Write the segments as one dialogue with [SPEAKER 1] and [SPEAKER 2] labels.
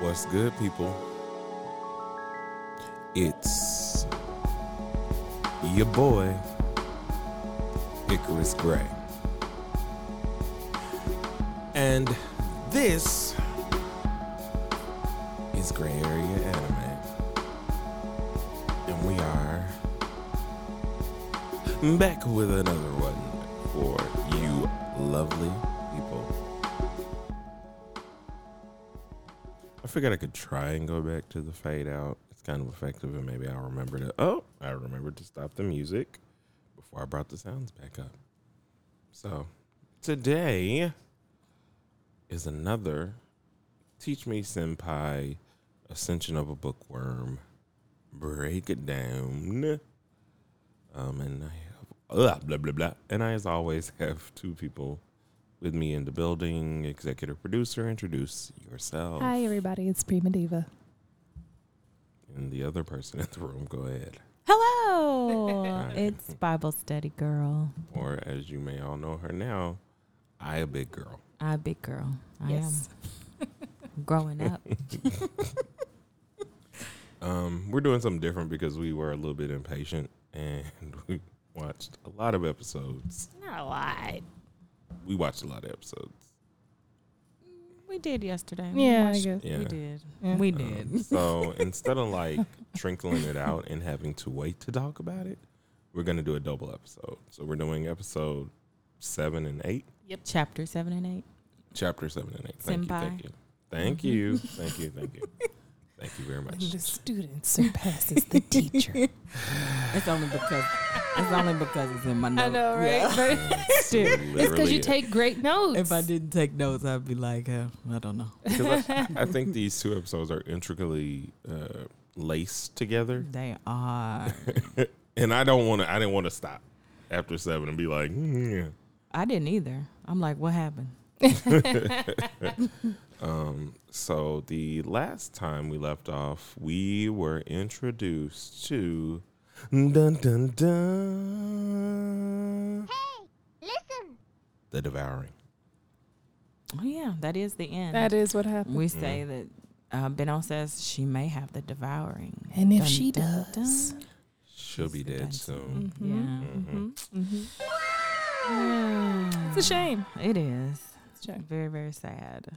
[SPEAKER 1] What's good, people? It's your boy, Icarus Gray. And this is Gray Area Anime. And we are back with another one for you lovely people. I figured I could try and go back to the fade out. It's kind of effective, and maybe I'll remember to. Oh, I remembered to stop the music before I brought the sounds back up. So today is another Teach Me Senpai Ascension of a Bookworm. Break it down. Um, and I have blah, blah, blah, blah. And I, as always, have two people with me in the building. Executive producer, introduce yourself.
[SPEAKER 2] Hi, everybody. It's Prima Diva.
[SPEAKER 1] And the other person in the room, go ahead.
[SPEAKER 3] Hello, it's Bible study girl.
[SPEAKER 1] Or as you may all know her now, I a big girl.
[SPEAKER 3] I a big girl. I
[SPEAKER 2] Yes.
[SPEAKER 3] am growing up.
[SPEAKER 1] Um, we're doing something different because we were a little bit impatient and we watched a lot of episodes.
[SPEAKER 3] Not a lot.
[SPEAKER 1] We watched a lot of episodes.
[SPEAKER 3] We did yesterday. We
[SPEAKER 2] Yeah, I
[SPEAKER 3] watched-
[SPEAKER 2] guess.
[SPEAKER 1] Yeah.
[SPEAKER 3] we did.
[SPEAKER 2] Yeah.
[SPEAKER 3] We
[SPEAKER 1] Um,
[SPEAKER 3] did.
[SPEAKER 1] so instead of like trickling it out and having to wait to talk about it, we're gonna do a double episode. So we're doing episode seven and eight.
[SPEAKER 3] Chapter seven and eight.
[SPEAKER 1] Chapter seven and eight. Thank
[SPEAKER 3] Senpai.
[SPEAKER 1] you, thank you. Thank you, thank you, thank you. Thank you very much.
[SPEAKER 2] student surpasses the teacher.
[SPEAKER 3] It's only because it's only because it's in my notes.
[SPEAKER 2] I know, right?
[SPEAKER 3] Yeah.
[SPEAKER 1] That's
[SPEAKER 2] it's because
[SPEAKER 1] literally
[SPEAKER 2] you
[SPEAKER 1] it.
[SPEAKER 2] take great notes.
[SPEAKER 3] If I didn't take notes, I'd be like, uh, I don't know.
[SPEAKER 1] 'Cause I, I think these two episodes are intricately uh, laced together,
[SPEAKER 3] They are.
[SPEAKER 1] and I don't want to. I didn't want to stop after seven and be like, "Mm, yeah.
[SPEAKER 3] I didn't either. I'm like, what happened?
[SPEAKER 1] Um, so the last time we left off, we were introduced to dun dun dun. Hey, listen. The devouring.
[SPEAKER 3] Oh yeah, that is the end.
[SPEAKER 2] That is what happened.
[SPEAKER 3] we say that. Uh, Beno says she may have the devouring,
[SPEAKER 2] and if
[SPEAKER 3] Dun,
[SPEAKER 2] she
[SPEAKER 3] dun, dun.
[SPEAKER 2] does,
[SPEAKER 1] She'll be dead soon.
[SPEAKER 3] Mm-hmm.
[SPEAKER 1] Mm-hmm.
[SPEAKER 3] Yeah.
[SPEAKER 2] it's a shame.
[SPEAKER 3] Mm-hmm. It is.
[SPEAKER 2] It's a shame.
[SPEAKER 3] Very, very sad.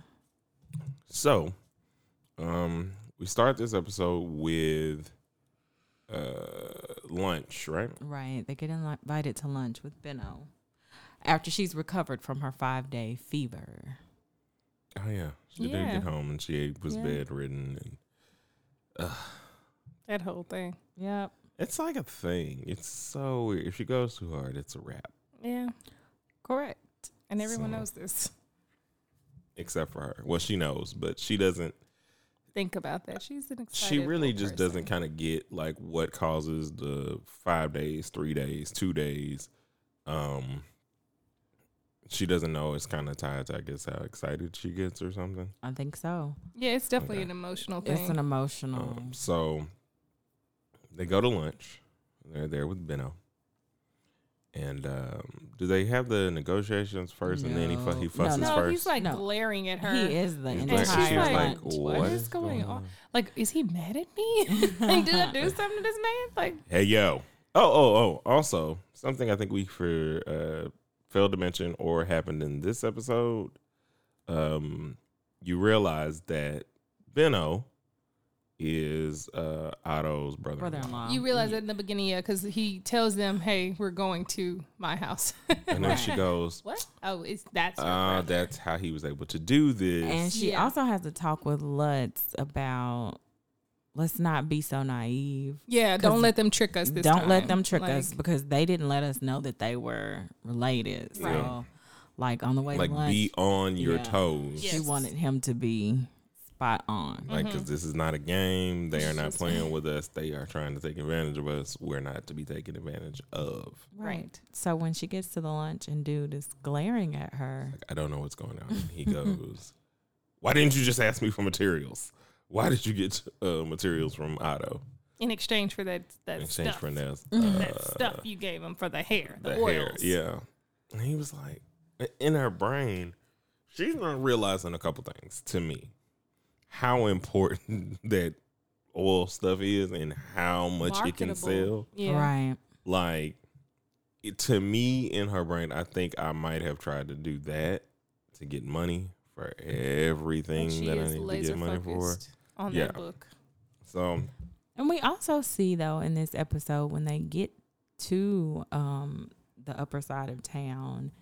[SPEAKER 1] So, um, we start this episode with uh lunch, right?
[SPEAKER 3] Right. They get inli- invited to lunch with Benno after she's recovered from her five day fever.
[SPEAKER 1] Oh yeah, she didn't
[SPEAKER 2] Yeah.
[SPEAKER 1] get home and she was
[SPEAKER 3] Yeah.
[SPEAKER 1] bedridden, and
[SPEAKER 2] That whole thing.
[SPEAKER 3] Yep.
[SPEAKER 1] it's like a thing. It's so weird. If she goes too hard, it's a wrap.
[SPEAKER 2] Yeah.
[SPEAKER 3] Correct.
[SPEAKER 2] And everyone
[SPEAKER 1] So-
[SPEAKER 2] knows this.
[SPEAKER 1] except for her. Well, she knows, but she doesn't.
[SPEAKER 2] Think about that. She's an excited
[SPEAKER 1] she really
[SPEAKER 2] little
[SPEAKER 1] just
[SPEAKER 2] person.
[SPEAKER 1] doesn't kind of get like what causes the five days, three days, two days. Um, she doesn't know. It's kind of tied to, I guess, how excited she gets or something.
[SPEAKER 3] I think so.
[SPEAKER 2] Yeah, it's definitely
[SPEAKER 1] Okay.
[SPEAKER 2] an emotional thing.
[SPEAKER 3] It's an emotional.
[SPEAKER 1] Um, so they go to lunch. They're there with Benno. And um, do they have the negotiations first, and then he, fu-
[SPEAKER 3] No.
[SPEAKER 1] he
[SPEAKER 3] No,
[SPEAKER 1] fusses
[SPEAKER 2] no,
[SPEAKER 1] first?
[SPEAKER 2] he's like
[SPEAKER 3] No.
[SPEAKER 2] glaring at her.
[SPEAKER 3] he is the
[SPEAKER 1] He's
[SPEAKER 3] entire
[SPEAKER 1] like-
[SPEAKER 2] she's
[SPEAKER 1] she's like,
[SPEAKER 3] lunch.
[SPEAKER 1] what, is going on?
[SPEAKER 2] Like, is he mad at me? like, did I do something to this man? Like,
[SPEAKER 1] Hey yo. Oh oh oh. Also, something I think we for uh failed to mention or happened in this episode. Um, you realize that Benno is uh Otto's brother.
[SPEAKER 3] Brother in law.
[SPEAKER 2] you realize that in the beginning, yeah, because he tells them, "Hey, we're going to my house."
[SPEAKER 1] And then she goes,
[SPEAKER 2] what? Oh, it's that's. your
[SPEAKER 1] uh,
[SPEAKER 2] brother.
[SPEAKER 1] that's how he was able to do this.
[SPEAKER 3] And she
[SPEAKER 2] Yeah.
[SPEAKER 3] also has a talk with Lutz about let's not be so naive.
[SPEAKER 2] Yeah, don't let them trick us. This
[SPEAKER 3] don't
[SPEAKER 2] time.
[SPEAKER 3] let them trick
[SPEAKER 2] Like,
[SPEAKER 3] us because they didn't let us know that they were related. So,
[SPEAKER 1] Yeah.
[SPEAKER 3] like on the way
[SPEAKER 1] like
[SPEAKER 3] to lunch,
[SPEAKER 1] be on your
[SPEAKER 3] Yeah.
[SPEAKER 1] toes.
[SPEAKER 2] Yeah. Mm-hmm.
[SPEAKER 3] she
[SPEAKER 2] Yes.
[SPEAKER 3] wanted him to be spot on.
[SPEAKER 1] Like, because this is not a game. They are not playing with us. They are trying to take advantage of us. We're not to be taken advantage of.
[SPEAKER 2] Right.
[SPEAKER 3] So when she gets to the lunch and dude is glaring at her,
[SPEAKER 1] I don't know what's going on. And he goes, Why didn't you just ask me for materials? Why did you get uh, materials from Otto
[SPEAKER 2] In exchange for that, that
[SPEAKER 1] in exchange
[SPEAKER 2] stuff,
[SPEAKER 1] for Nels?
[SPEAKER 2] that
[SPEAKER 1] Uh,
[SPEAKER 2] stuff you gave him for the hair, the,
[SPEAKER 1] the hair.
[SPEAKER 2] oils.
[SPEAKER 1] Yeah. And he was like, In her brain, she's not realizing a couple things to me. how important that oil stuff is and how much it can sell.
[SPEAKER 2] Yeah.
[SPEAKER 3] Right.
[SPEAKER 1] Like it, to me in her brain, I think I might have tried to do that to get money for
[SPEAKER 2] And
[SPEAKER 1] everything
[SPEAKER 2] she
[SPEAKER 1] that I
[SPEAKER 2] is
[SPEAKER 1] need to
[SPEAKER 2] laser
[SPEAKER 1] get money for.
[SPEAKER 2] focused on
[SPEAKER 1] Yeah.
[SPEAKER 2] that book.
[SPEAKER 1] So
[SPEAKER 3] And we also see though in this episode when they get to um the upper side of town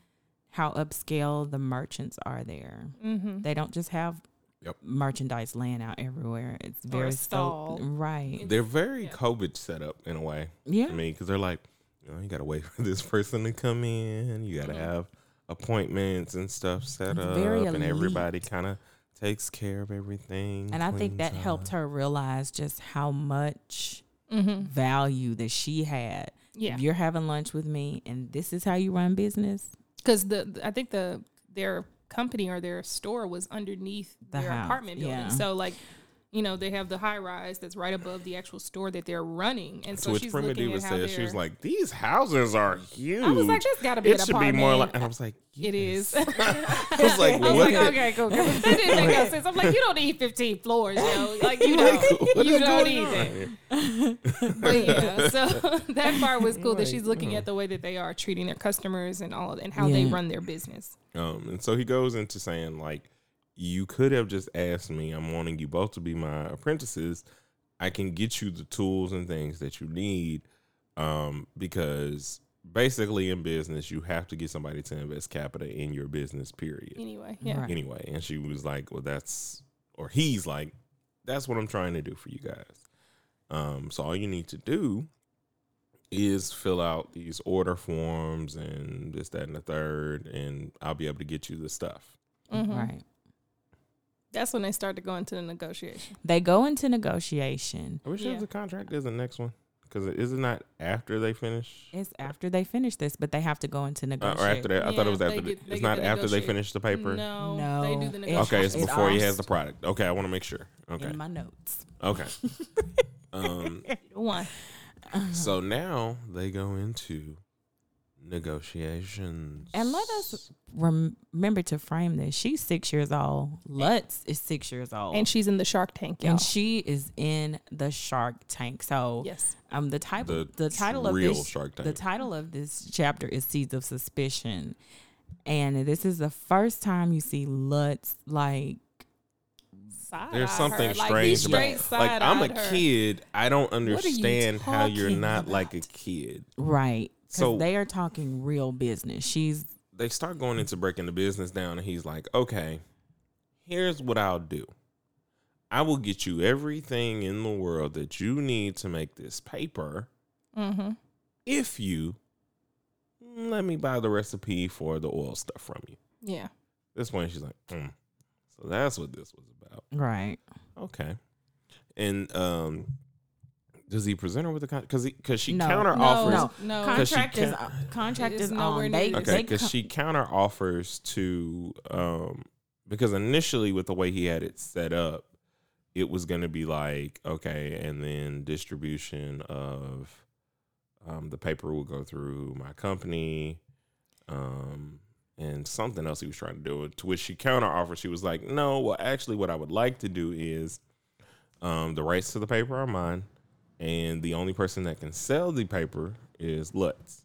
[SPEAKER 3] how upscale the merchants are there.
[SPEAKER 2] Mm-hmm.
[SPEAKER 3] They don't just have
[SPEAKER 1] Yep.
[SPEAKER 3] merchandise laying out everywhere. It's very
[SPEAKER 2] stall.
[SPEAKER 3] so right.
[SPEAKER 1] they're very
[SPEAKER 2] yeah.
[SPEAKER 1] COVID set up in a way.
[SPEAKER 3] Yeah.
[SPEAKER 1] I mean, because they're like, you know, you gotta wait for this person to come in. You gotta
[SPEAKER 2] Mhm.
[SPEAKER 1] have appointments and stuff set
[SPEAKER 3] It's
[SPEAKER 1] up,
[SPEAKER 3] very
[SPEAKER 1] and everybody
[SPEAKER 3] elite.
[SPEAKER 1] kind of takes care of everything.
[SPEAKER 3] And I think that helped
[SPEAKER 1] uh,
[SPEAKER 3] her realize just how much
[SPEAKER 2] Mm-hmm.
[SPEAKER 3] value that she had.
[SPEAKER 2] Yeah.
[SPEAKER 3] If you're having lunch with me and this is how you run business,
[SPEAKER 2] because the I think the their company or their store was underneath
[SPEAKER 3] The
[SPEAKER 2] their
[SPEAKER 3] house,
[SPEAKER 2] apartment building.
[SPEAKER 3] yeah.
[SPEAKER 2] So like, you know, they have the high rise that's right above the actual store that they're running, and so
[SPEAKER 1] to which
[SPEAKER 2] she's looking
[SPEAKER 1] Primitiva
[SPEAKER 2] at how
[SPEAKER 1] says, she was
[SPEAKER 2] they're-
[SPEAKER 1] like, these houses are huge.
[SPEAKER 2] I was like, that's got to be
[SPEAKER 1] it
[SPEAKER 2] an
[SPEAKER 1] should be more like,
[SPEAKER 2] apartment."
[SPEAKER 1] and I was like,
[SPEAKER 2] It is.
[SPEAKER 1] "Yes." I was like,
[SPEAKER 2] I was
[SPEAKER 1] what?
[SPEAKER 2] like, okay, cool. cool. That didn't make no sense. I'm like, you don't need 15 floors, yo. Like, you don't,
[SPEAKER 1] what
[SPEAKER 2] you
[SPEAKER 1] is going
[SPEAKER 2] don't need
[SPEAKER 1] on
[SPEAKER 2] that.
[SPEAKER 1] here?
[SPEAKER 2] But yeah, so that part was cool that she's looking
[SPEAKER 1] Right.
[SPEAKER 2] at the way that they are treating their customers and all, and how they
[SPEAKER 3] Yeah.
[SPEAKER 2] run their business.
[SPEAKER 1] Um, and so he goes into saying like, you could have just asked me. I'm wanting you both to be my apprentices. I can get you the tools and things that you need, um, because basically in business you have to get somebody to invest capital in your business. Period.
[SPEAKER 2] Anyway, yeah.
[SPEAKER 3] Right.
[SPEAKER 1] Anyway, and she was like, "Well, that's," or he's like, "That's what I'm trying to do for you guys." Um, so all you need to do is fill out these order forms and this, that, and the third, and I'll be able to get you the stuff.
[SPEAKER 2] Mhm.
[SPEAKER 3] right.
[SPEAKER 2] That's when they start to go into the negotiation.
[SPEAKER 3] They go into negotiation.
[SPEAKER 1] I wish it
[SPEAKER 2] Yeah.
[SPEAKER 1] was a contract is the next one because is it not after they finish?
[SPEAKER 3] It's after they finish this, but they have to go into
[SPEAKER 1] Uh,
[SPEAKER 3] negotiation.
[SPEAKER 1] or after that, I thought it
[SPEAKER 2] Yeah,
[SPEAKER 1] was
[SPEAKER 2] they
[SPEAKER 1] after. the-
[SPEAKER 2] get- they
[SPEAKER 1] it's
[SPEAKER 2] get
[SPEAKER 1] not
[SPEAKER 2] to
[SPEAKER 1] after they
[SPEAKER 2] negotiate.
[SPEAKER 1] finish the paper.
[SPEAKER 2] No,
[SPEAKER 3] No,
[SPEAKER 2] they do the
[SPEAKER 3] it-
[SPEAKER 2] negotiation.
[SPEAKER 1] Okay, it's
[SPEAKER 3] It
[SPEAKER 1] before he
[SPEAKER 3] also-
[SPEAKER 1] has the product. Okay, I want to make sure. Okay,
[SPEAKER 3] in my notes.
[SPEAKER 1] okay. um,
[SPEAKER 2] one.
[SPEAKER 1] So now they go into negotiations.
[SPEAKER 3] And let us- Rem- remember to frame this. She's six years old. Lutz is six years
[SPEAKER 1] Oh.
[SPEAKER 3] old.
[SPEAKER 2] And she's in the Shark Tank, y'all.
[SPEAKER 3] And she is in the Shark Tank. So
[SPEAKER 2] yes,
[SPEAKER 3] um the type
[SPEAKER 1] The
[SPEAKER 3] the, title of
[SPEAKER 1] real
[SPEAKER 3] this
[SPEAKER 1] Shark Tank.
[SPEAKER 3] the title of this chapter is Seeds of Suspicion. And this is the first time you see Lutz like
[SPEAKER 2] Side-eyed
[SPEAKER 1] There's something
[SPEAKER 2] her.
[SPEAKER 1] strange
[SPEAKER 3] about-
[SPEAKER 2] like, he straight
[SPEAKER 1] Like I'm a
[SPEAKER 2] side-eyed her.
[SPEAKER 1] kid. I don't
[SPEAKER 2] you
[SPEAKER 1] understand how you're
[SPEAKER 2] talking
[SPEAKER 1] not like a
[SPEAKER 2] about?
[SPEAKER 1] kid.
[SPEAKER 3] right. 'Cause
[SPEAKER 1] So-
[SPEAKER 3] they are talking real business. She's
[SPEAKER 1] They start going into breaking the business down, and he's like, "Okay, here's what I'll do. I will get you everything in the world that you need to make this paper
[SPEAKER 2] Mm-hmm.
[SPEAKER 1] if you let me buy the recipe for the oil stuff from you."
[SPEAKER 2] Yeah,
[SPEAKER 1] This point, she's like, mm. "So that's what this was about."
[SPEAKER 3] right.
[SPEAKER 1] Okay. And um does he present her with a con Because because she
[SPEAKER 3] No.
[SPEAKER 1] counter
[SPEAKER 3] Our
[SPEAKER 2] no,
[SPEAKER 1] offers.
[SPEAKER 3] no.
[SPEAKER 2] no.
[SPEAKER 1] 'Cause she
[SPEAKER 3] Contract is
[SPEAKER 1] can't-
[SPEAKER 3] contract
[SPEAKER 2] It's
[SPEAKER 3] is
[SPEAKER 2] Oh. nowhere
[SPEAKER 3] on.
[SPEAKER 2] near
[SPEAKER 3] They,
[SPEAKER 2] the
[SPEAKER 1] Okay,
[SPEAKER 3] they
[SPEAKER 1] because
[SPEAKER 3] co-
[SPEAKER 1] she counter offers to um because initially with the way he had it set up, it was gonna be like, okay, and then distribution of um the paper will go through my company. Um and something else he was trying to do, to which she counter offered. She was like, No, well, actually, what I would like to do is um, the rights to the paper are mine, and the only person that can sell the paper is Lutz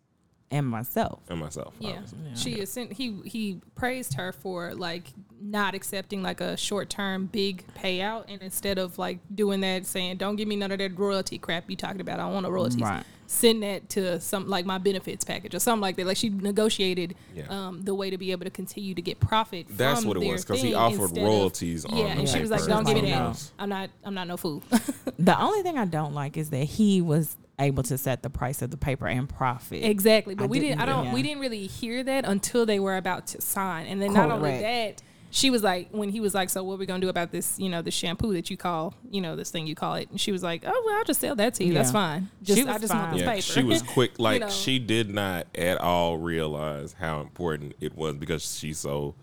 [SPEAKER 3] and myself.
[SPEAKER 1] and myself.
[SPEAKER 2] yeah.
[SPEAKER 1] obviously.
[SPEAKER 2] She is. Sent, he he praised her for like not accepting like a short term big payout, and instead of like doing that, saying, "Don't give me none of that royalty crap you talking about. I don't want no royalties."
[SPEAKER 3] Right.
[SPEAKER 2] Send that to some like my benefits package or something like that. Like she negotiated
[SPEAKER 1] Yeah.
[SPEAKER 2] um, the way to be able to continue to get profit.
[SPEAKER 1] That's
[SPEAKER 2] from
[SPEAKER 1] what it
[SPEAKER 2] Um, their
[SPEAKER 1] was because he
[SPEAKER 2] thing
[SPEAKER 1] offered
[SPEAKER 2] instead of-
[SPEAKER 1] royalties on
[SPEAKER 2] yeah,
[SPEAKER 1] the
[SPEAKER 2] and she was like,
[SPEAKER 1] paper
[SPEAKER 2] "Don't give
[SPEAKER 1] and
[SPEAKER 2] me that.
[SPEAKER 1] something
[SPEAKER 3] no.
[SPEAKER 1] else.
[SPEAKER 2] I'm not. I'm not no fool."
[SPEAKER 3] The only thing I don't like is that he was able to set the price of the paper and profit.
[SPEAKER 2] exactly, but
[SPEAKER 3] I
[SPEAKER 2] we didn't. I
[SPEAKER 3] didn't-
[SPEAKER 2] don't.
[SPEAKER 3] yeah.
[SPEAKER 2] We didn't really hear that until they were about to sign, and then not only that,
[SPEAKER 3] Correct.
[SPEAKER 2] she was like, when he was like, "So what we gonna do about this? You know, the shampoo that you call, you know, this thing you call it?" And she was like, "Oh well, I'll just sell that to you. That's
[SPEAKER 3] Yeah.
[SPEAKER 2] fine.
[SPEAKER 3] She
[SPEAKER 2] Just I
[SPEAKER 3] was
[SPEAKER 2] just want
[SPEAKER 3] fine.
[SPEAKER 2] this
[SPEAKER 1] Yeah,
[SPEAKER 2] paper."
[SPEAKER 1] she was quick. Like
[SPEAKER 2] know.
[SPEAKER 1] she did not at all realize how important it was because she's so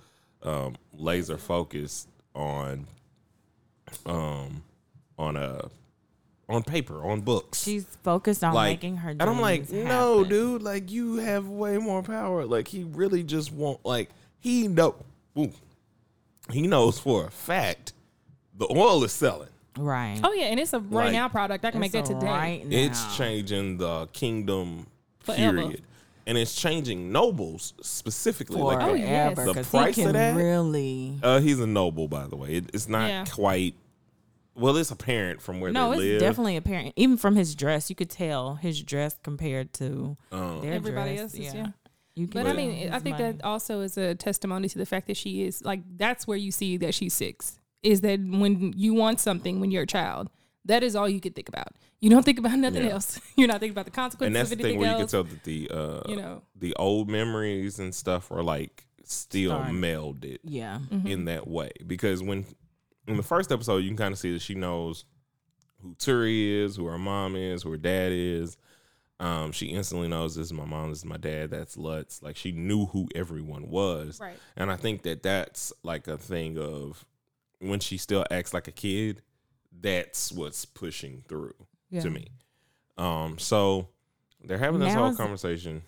[SPEAKER 1] um, laser focused on um on a on paper on books.
[SPEAKER 3] She's focused on making her.
[SPEAKER 1] and I'm like,
[SPEAKER 3] dreams
[SPEAKER 1] no,
[SPEAKER 3] happen.
[SPEAKER 1] dude. Like you have way more power. Like he really just want. Like he know. Ooh, he knows for a fact the oil is selling.
[SPEAKER 3] Right.
[SPEAKER 2] Oh yeah, and it's a right
[SPEAKER 1] Like-
[SPEAKER 2] now product. I can make that
[SPEAKER 3] It's a
[SPEAKER 2] today.
[SPEAKER 3] Right now.
[SPEAKER 1] It's changing the kingdom
[SPEAKER 2] Forever.
[SPEAKER 1] period. And it's changing nobles specifically. Like
[SPEAKER 2] Oh,
[SPEAKER 1] the-
[SPEAKER 2] yes.
[SPEAKER 3] Forever,
[SPEAKER 1] The
[SPEAKER 3] 'cause
[SPEAKER 1] price
[SPEAKER 3] he
[SPEAKER 1] of
[SPEAKER 3] can
[SPEAKER 1] that?
[SPEAKER 3] really.
[SPEAKER 1] uh, he's a noble, by the way. It, it's not
[SPEAKER 2] Yeah.
[SPEAKER 1] quite well, it's apparent from where
[SPEAKER 3] No,
[SPEAKER 1] they
[SPEAKER 3] it's
[SPEAKER 1] live.
[SPEAKER 3] definitely apparent. Even from his dress, you could tell his dress compared to
[SPEAKER 1] um, Oh.
[SPEAKER 3] their
[SPEAKER 2] Everybody
[SPEAKER 3] dress.
[SPEAKER 2] else's, yeah.
[SPEAKER 3] You could
[SPEAKER 2] But I
[SPEAKER 3] tell
[SPEAKER 2] mean, I
[SPEAKER 3] his
[SPEAKER 2] think
[SPEAKER 3] money.
[SPEAKER 2] that also is a testimony to the fact that she is like that's where you see that she's six. Is that when you want something when you're a child, that is all you can think about. You don't think about nothing
[SPEAKER 1] Yeah.
[SPEAKER 2] else. You're not thinking about the consequences
[SPEAKER 1] and that's the
[SPEAKER 2] of
[SPEAKER 1] thing
[SPEAKER 2] anything
[SPEAKER 1] where you can
[SPEAKER 2] else.
[SPEAKER 1] tell that the uh
[SPEAKER 2] you know,
[SPEAKER 1] the old memories and stuff are like still
[SPEAKER 3] Starting.
[SPEAKER 1] melded
[SPEAKER 3] Yeah.
[SPEAKER 2] Mm, Mm-hmm.
[SPEAKER 1] in that way because when in the first episode you can kind of see that she knows who Turi is, who her mom is, who her dad is. Um, she instantly knows this is my mom, this is my dad, that's Lutz. Like she knew who everyone was,
[SPEAKER 2] Right.
[SPEAKER 1] and I think that that's like a thing of when she still acts like a kid. That's what's pushing through
[SPEAKER 3] Yeah.
[SPEAKER 1] to me. Um, so they're having this
[SPEAKER 3] Now
[SPEAKER 1] whole
[SPEAKER 3] is-
[SPEAKER 1] conversation.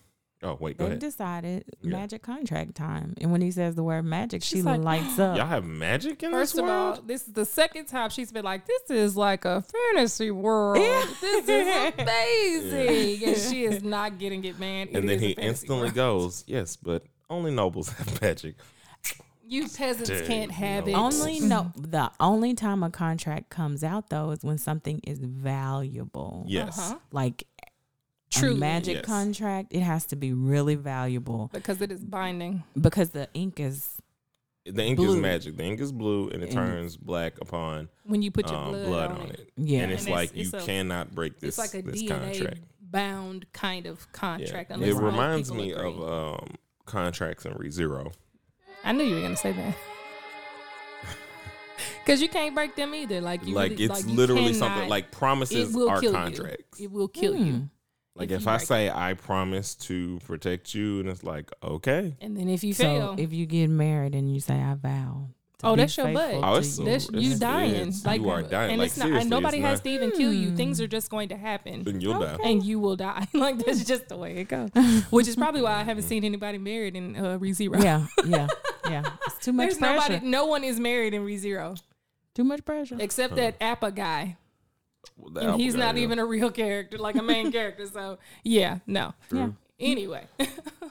[SPEAKER 1] Oh wait, go
[SPEAKER 3] They've
[SPEAKER 1] ahead.
[SPEAKER 3] decided
[SPEAKER 1] Yeah.
[SPEAKER 3] magic contract time. And when he says the word magic,
[SPEAKER 2] She's
[SPEAKER 3] she
[SPEAKER 2] like,
[SPEAKER 3] lights up.
[SPEAKER 1] Y'all have magic in
[SPEAKER 2] First
[SPEAKER 1] this
[SPEAKER 2] of
[SPEAKER 1] world?
[SPEAKER 2] all, this is the second time she's been like, "This is like a fantasy world. This is amazing," and she is not getting it, man. It
[SPEAKER 1] and then
[SPEAKER 2] is a
[SPEAKER 1] he
[SPEAKER 2] fantasy
[SPEAKER 1] instantly
[SPEAKER 2] world.
[SPEAKER 1] goes, "Yes, but only nobles have magic."
[SPEAKER 2] "You peasants
[SPEAKER 1] Dude,
[SPEAKER 2] can't have it."
[SPEAKER 1] no.
[SPEAKER 3] Only no the only time a contract comes out though is when something is valuable.
[SPEAKER 1] Yes,
[SPEAKER 2] Uh-huh.
[SPEAKER 3] Like
[SPEAKER 2] Truly.
[SPEAKER 3] a magic
[SPEAKER 1] Yes.
[SPEAKER 3] contract, it has to be really valuable
[SPEAKER 2] because it is binding.
[SPEAKER 3] because the ink is
[SPEAKER 1] the ink is
[SPEAKER 3] Blue.
[SPEAKER 1] magic. The ink is blue, and it
[SPEAKER 3] And-
[SPEAKER 1] turns black upon
[SPEAKER 2] When you put your
[SPEAKER 1] um,
[SPEAKER 2] blood,
[SPEAKER 1] blood,
[SPEAKER 2] on, it,
[SPEAKER 3] yeah.
[SPEAKER 1] and it's
[SPEAKER 2] And it's-
[SPEAKER 1] like
[SPEAKER 2] it's
[SPEAKER 1] you
[SPEAKER 2] a-
[SPEAKER 1] cannot break this.
[SPEAKER 2] it's like a
[SPEAKER 1] this
[SPEAKER 2] DNA
[SPEAKER 1] contract.
[SPEAKER 2] bound kind of
[SPEAKER 1] Yeah.
[SPEAKER 2] contract. unless
[SPEAKER 1] It
[SPEAKER 2] both
[SPEAKER 1] reminds
[SPEAKER 2] people
[SPEAKER 1] me
[SPEAKER 2] agree.
[SPEAKER 1] of um, contracts in ReZero.
[SPEAKER 2] I knew you were gonna say that. Because you can't break them either. Like you
[SPEAKER 1] Like
[SPEAKER 2] really-
[SPEAKER 1] it's
[SPEAKER 2] you
[SPEAKER 1] literally
[SPEAKER 2] cannot-
[SPEAKER 1] something like
[SPEAKER 2] it
[SPEAKER 1] promises
[SPEAKER 2] will
[SPEAKER 1] are
[SPEAKER 2] kill
[SPEAKER 1] contracts.
[SPEAKER 2] you. It will kill
[SPEAKER 3] Hmm.
[SPEAKER 2] you.
[SPEAKER 1] like
[SPEAKER 2] if
[SPEAKER 1] if,
[SPEAKER 2] you
[SPEAKER 1] I
[SPEAKER 2] break
[SPEAKER 1] say I promise to protect you, and it's like okay,
[SPEAKER 2] And then if you
[SPEAKER 3] So
[SPEAKER 2] fail,
[SPEAKER 3] if you get married and you say I vow to
[SPEAKER 2] Oh,
[SPEAKER 3] be
[SPEAKER 2] that's your butt.
[SPEAKER 3] faithful
[SPEAKER 1] oh,
[SPEAKER 3] to
[SPEAKER 1] it's
[SPEAKER 3] you,"
[SPEAKER 1] so,
[SPEAKER 2] That's
[SPEAKER 1] it's-
[SPEAKER 2] you dying.
[SPEAKER 1] it's-
[SPEAKER 2] like
[SPEAKER 1] you are dying.
[SPEAKER 2] And
[SPEAKER 1] like
[SPEAKER 2] it's not.
[SPEAKER 1] seriously,
[SPEAKER 2] nobody
[SPEAKER 1] it's Hmm.
[SPEAKER 2] has
[SPEAKER 1] not,
[SPEAKER 2] to even kill you. Things are just going to happen,
[SPEAKER 1] and you'll die.
[SPEAKER 2] and you will die. like that's just the way it goes. Which is probably why I haven't seen anybody married in uh, ReZero.
[SPEAKER 3] Yeah, yeah, yeah. It's too much
[SPEAKER 2] There's
[SPEAKER 3] pressure.
[SPEAKER 2] nobody. No one is married in ReZero
[SPEAKER 3] too much pressure.
[SPEAKER 2] except that Appa guy,
[SPEAKER 1] Well,
[SPEAKER 2] and
[SPEAKER 1] that
[SPEAKER 2] he's
[SPEAKER 1] would
[SPEAKER 2] not
[SPEAKER 1] go.
[SPEAKER 2] even a real character, like a main character. So yeah, no.
[SPEAKER 3] Yeah.
[SPEAKER 2] Anyway,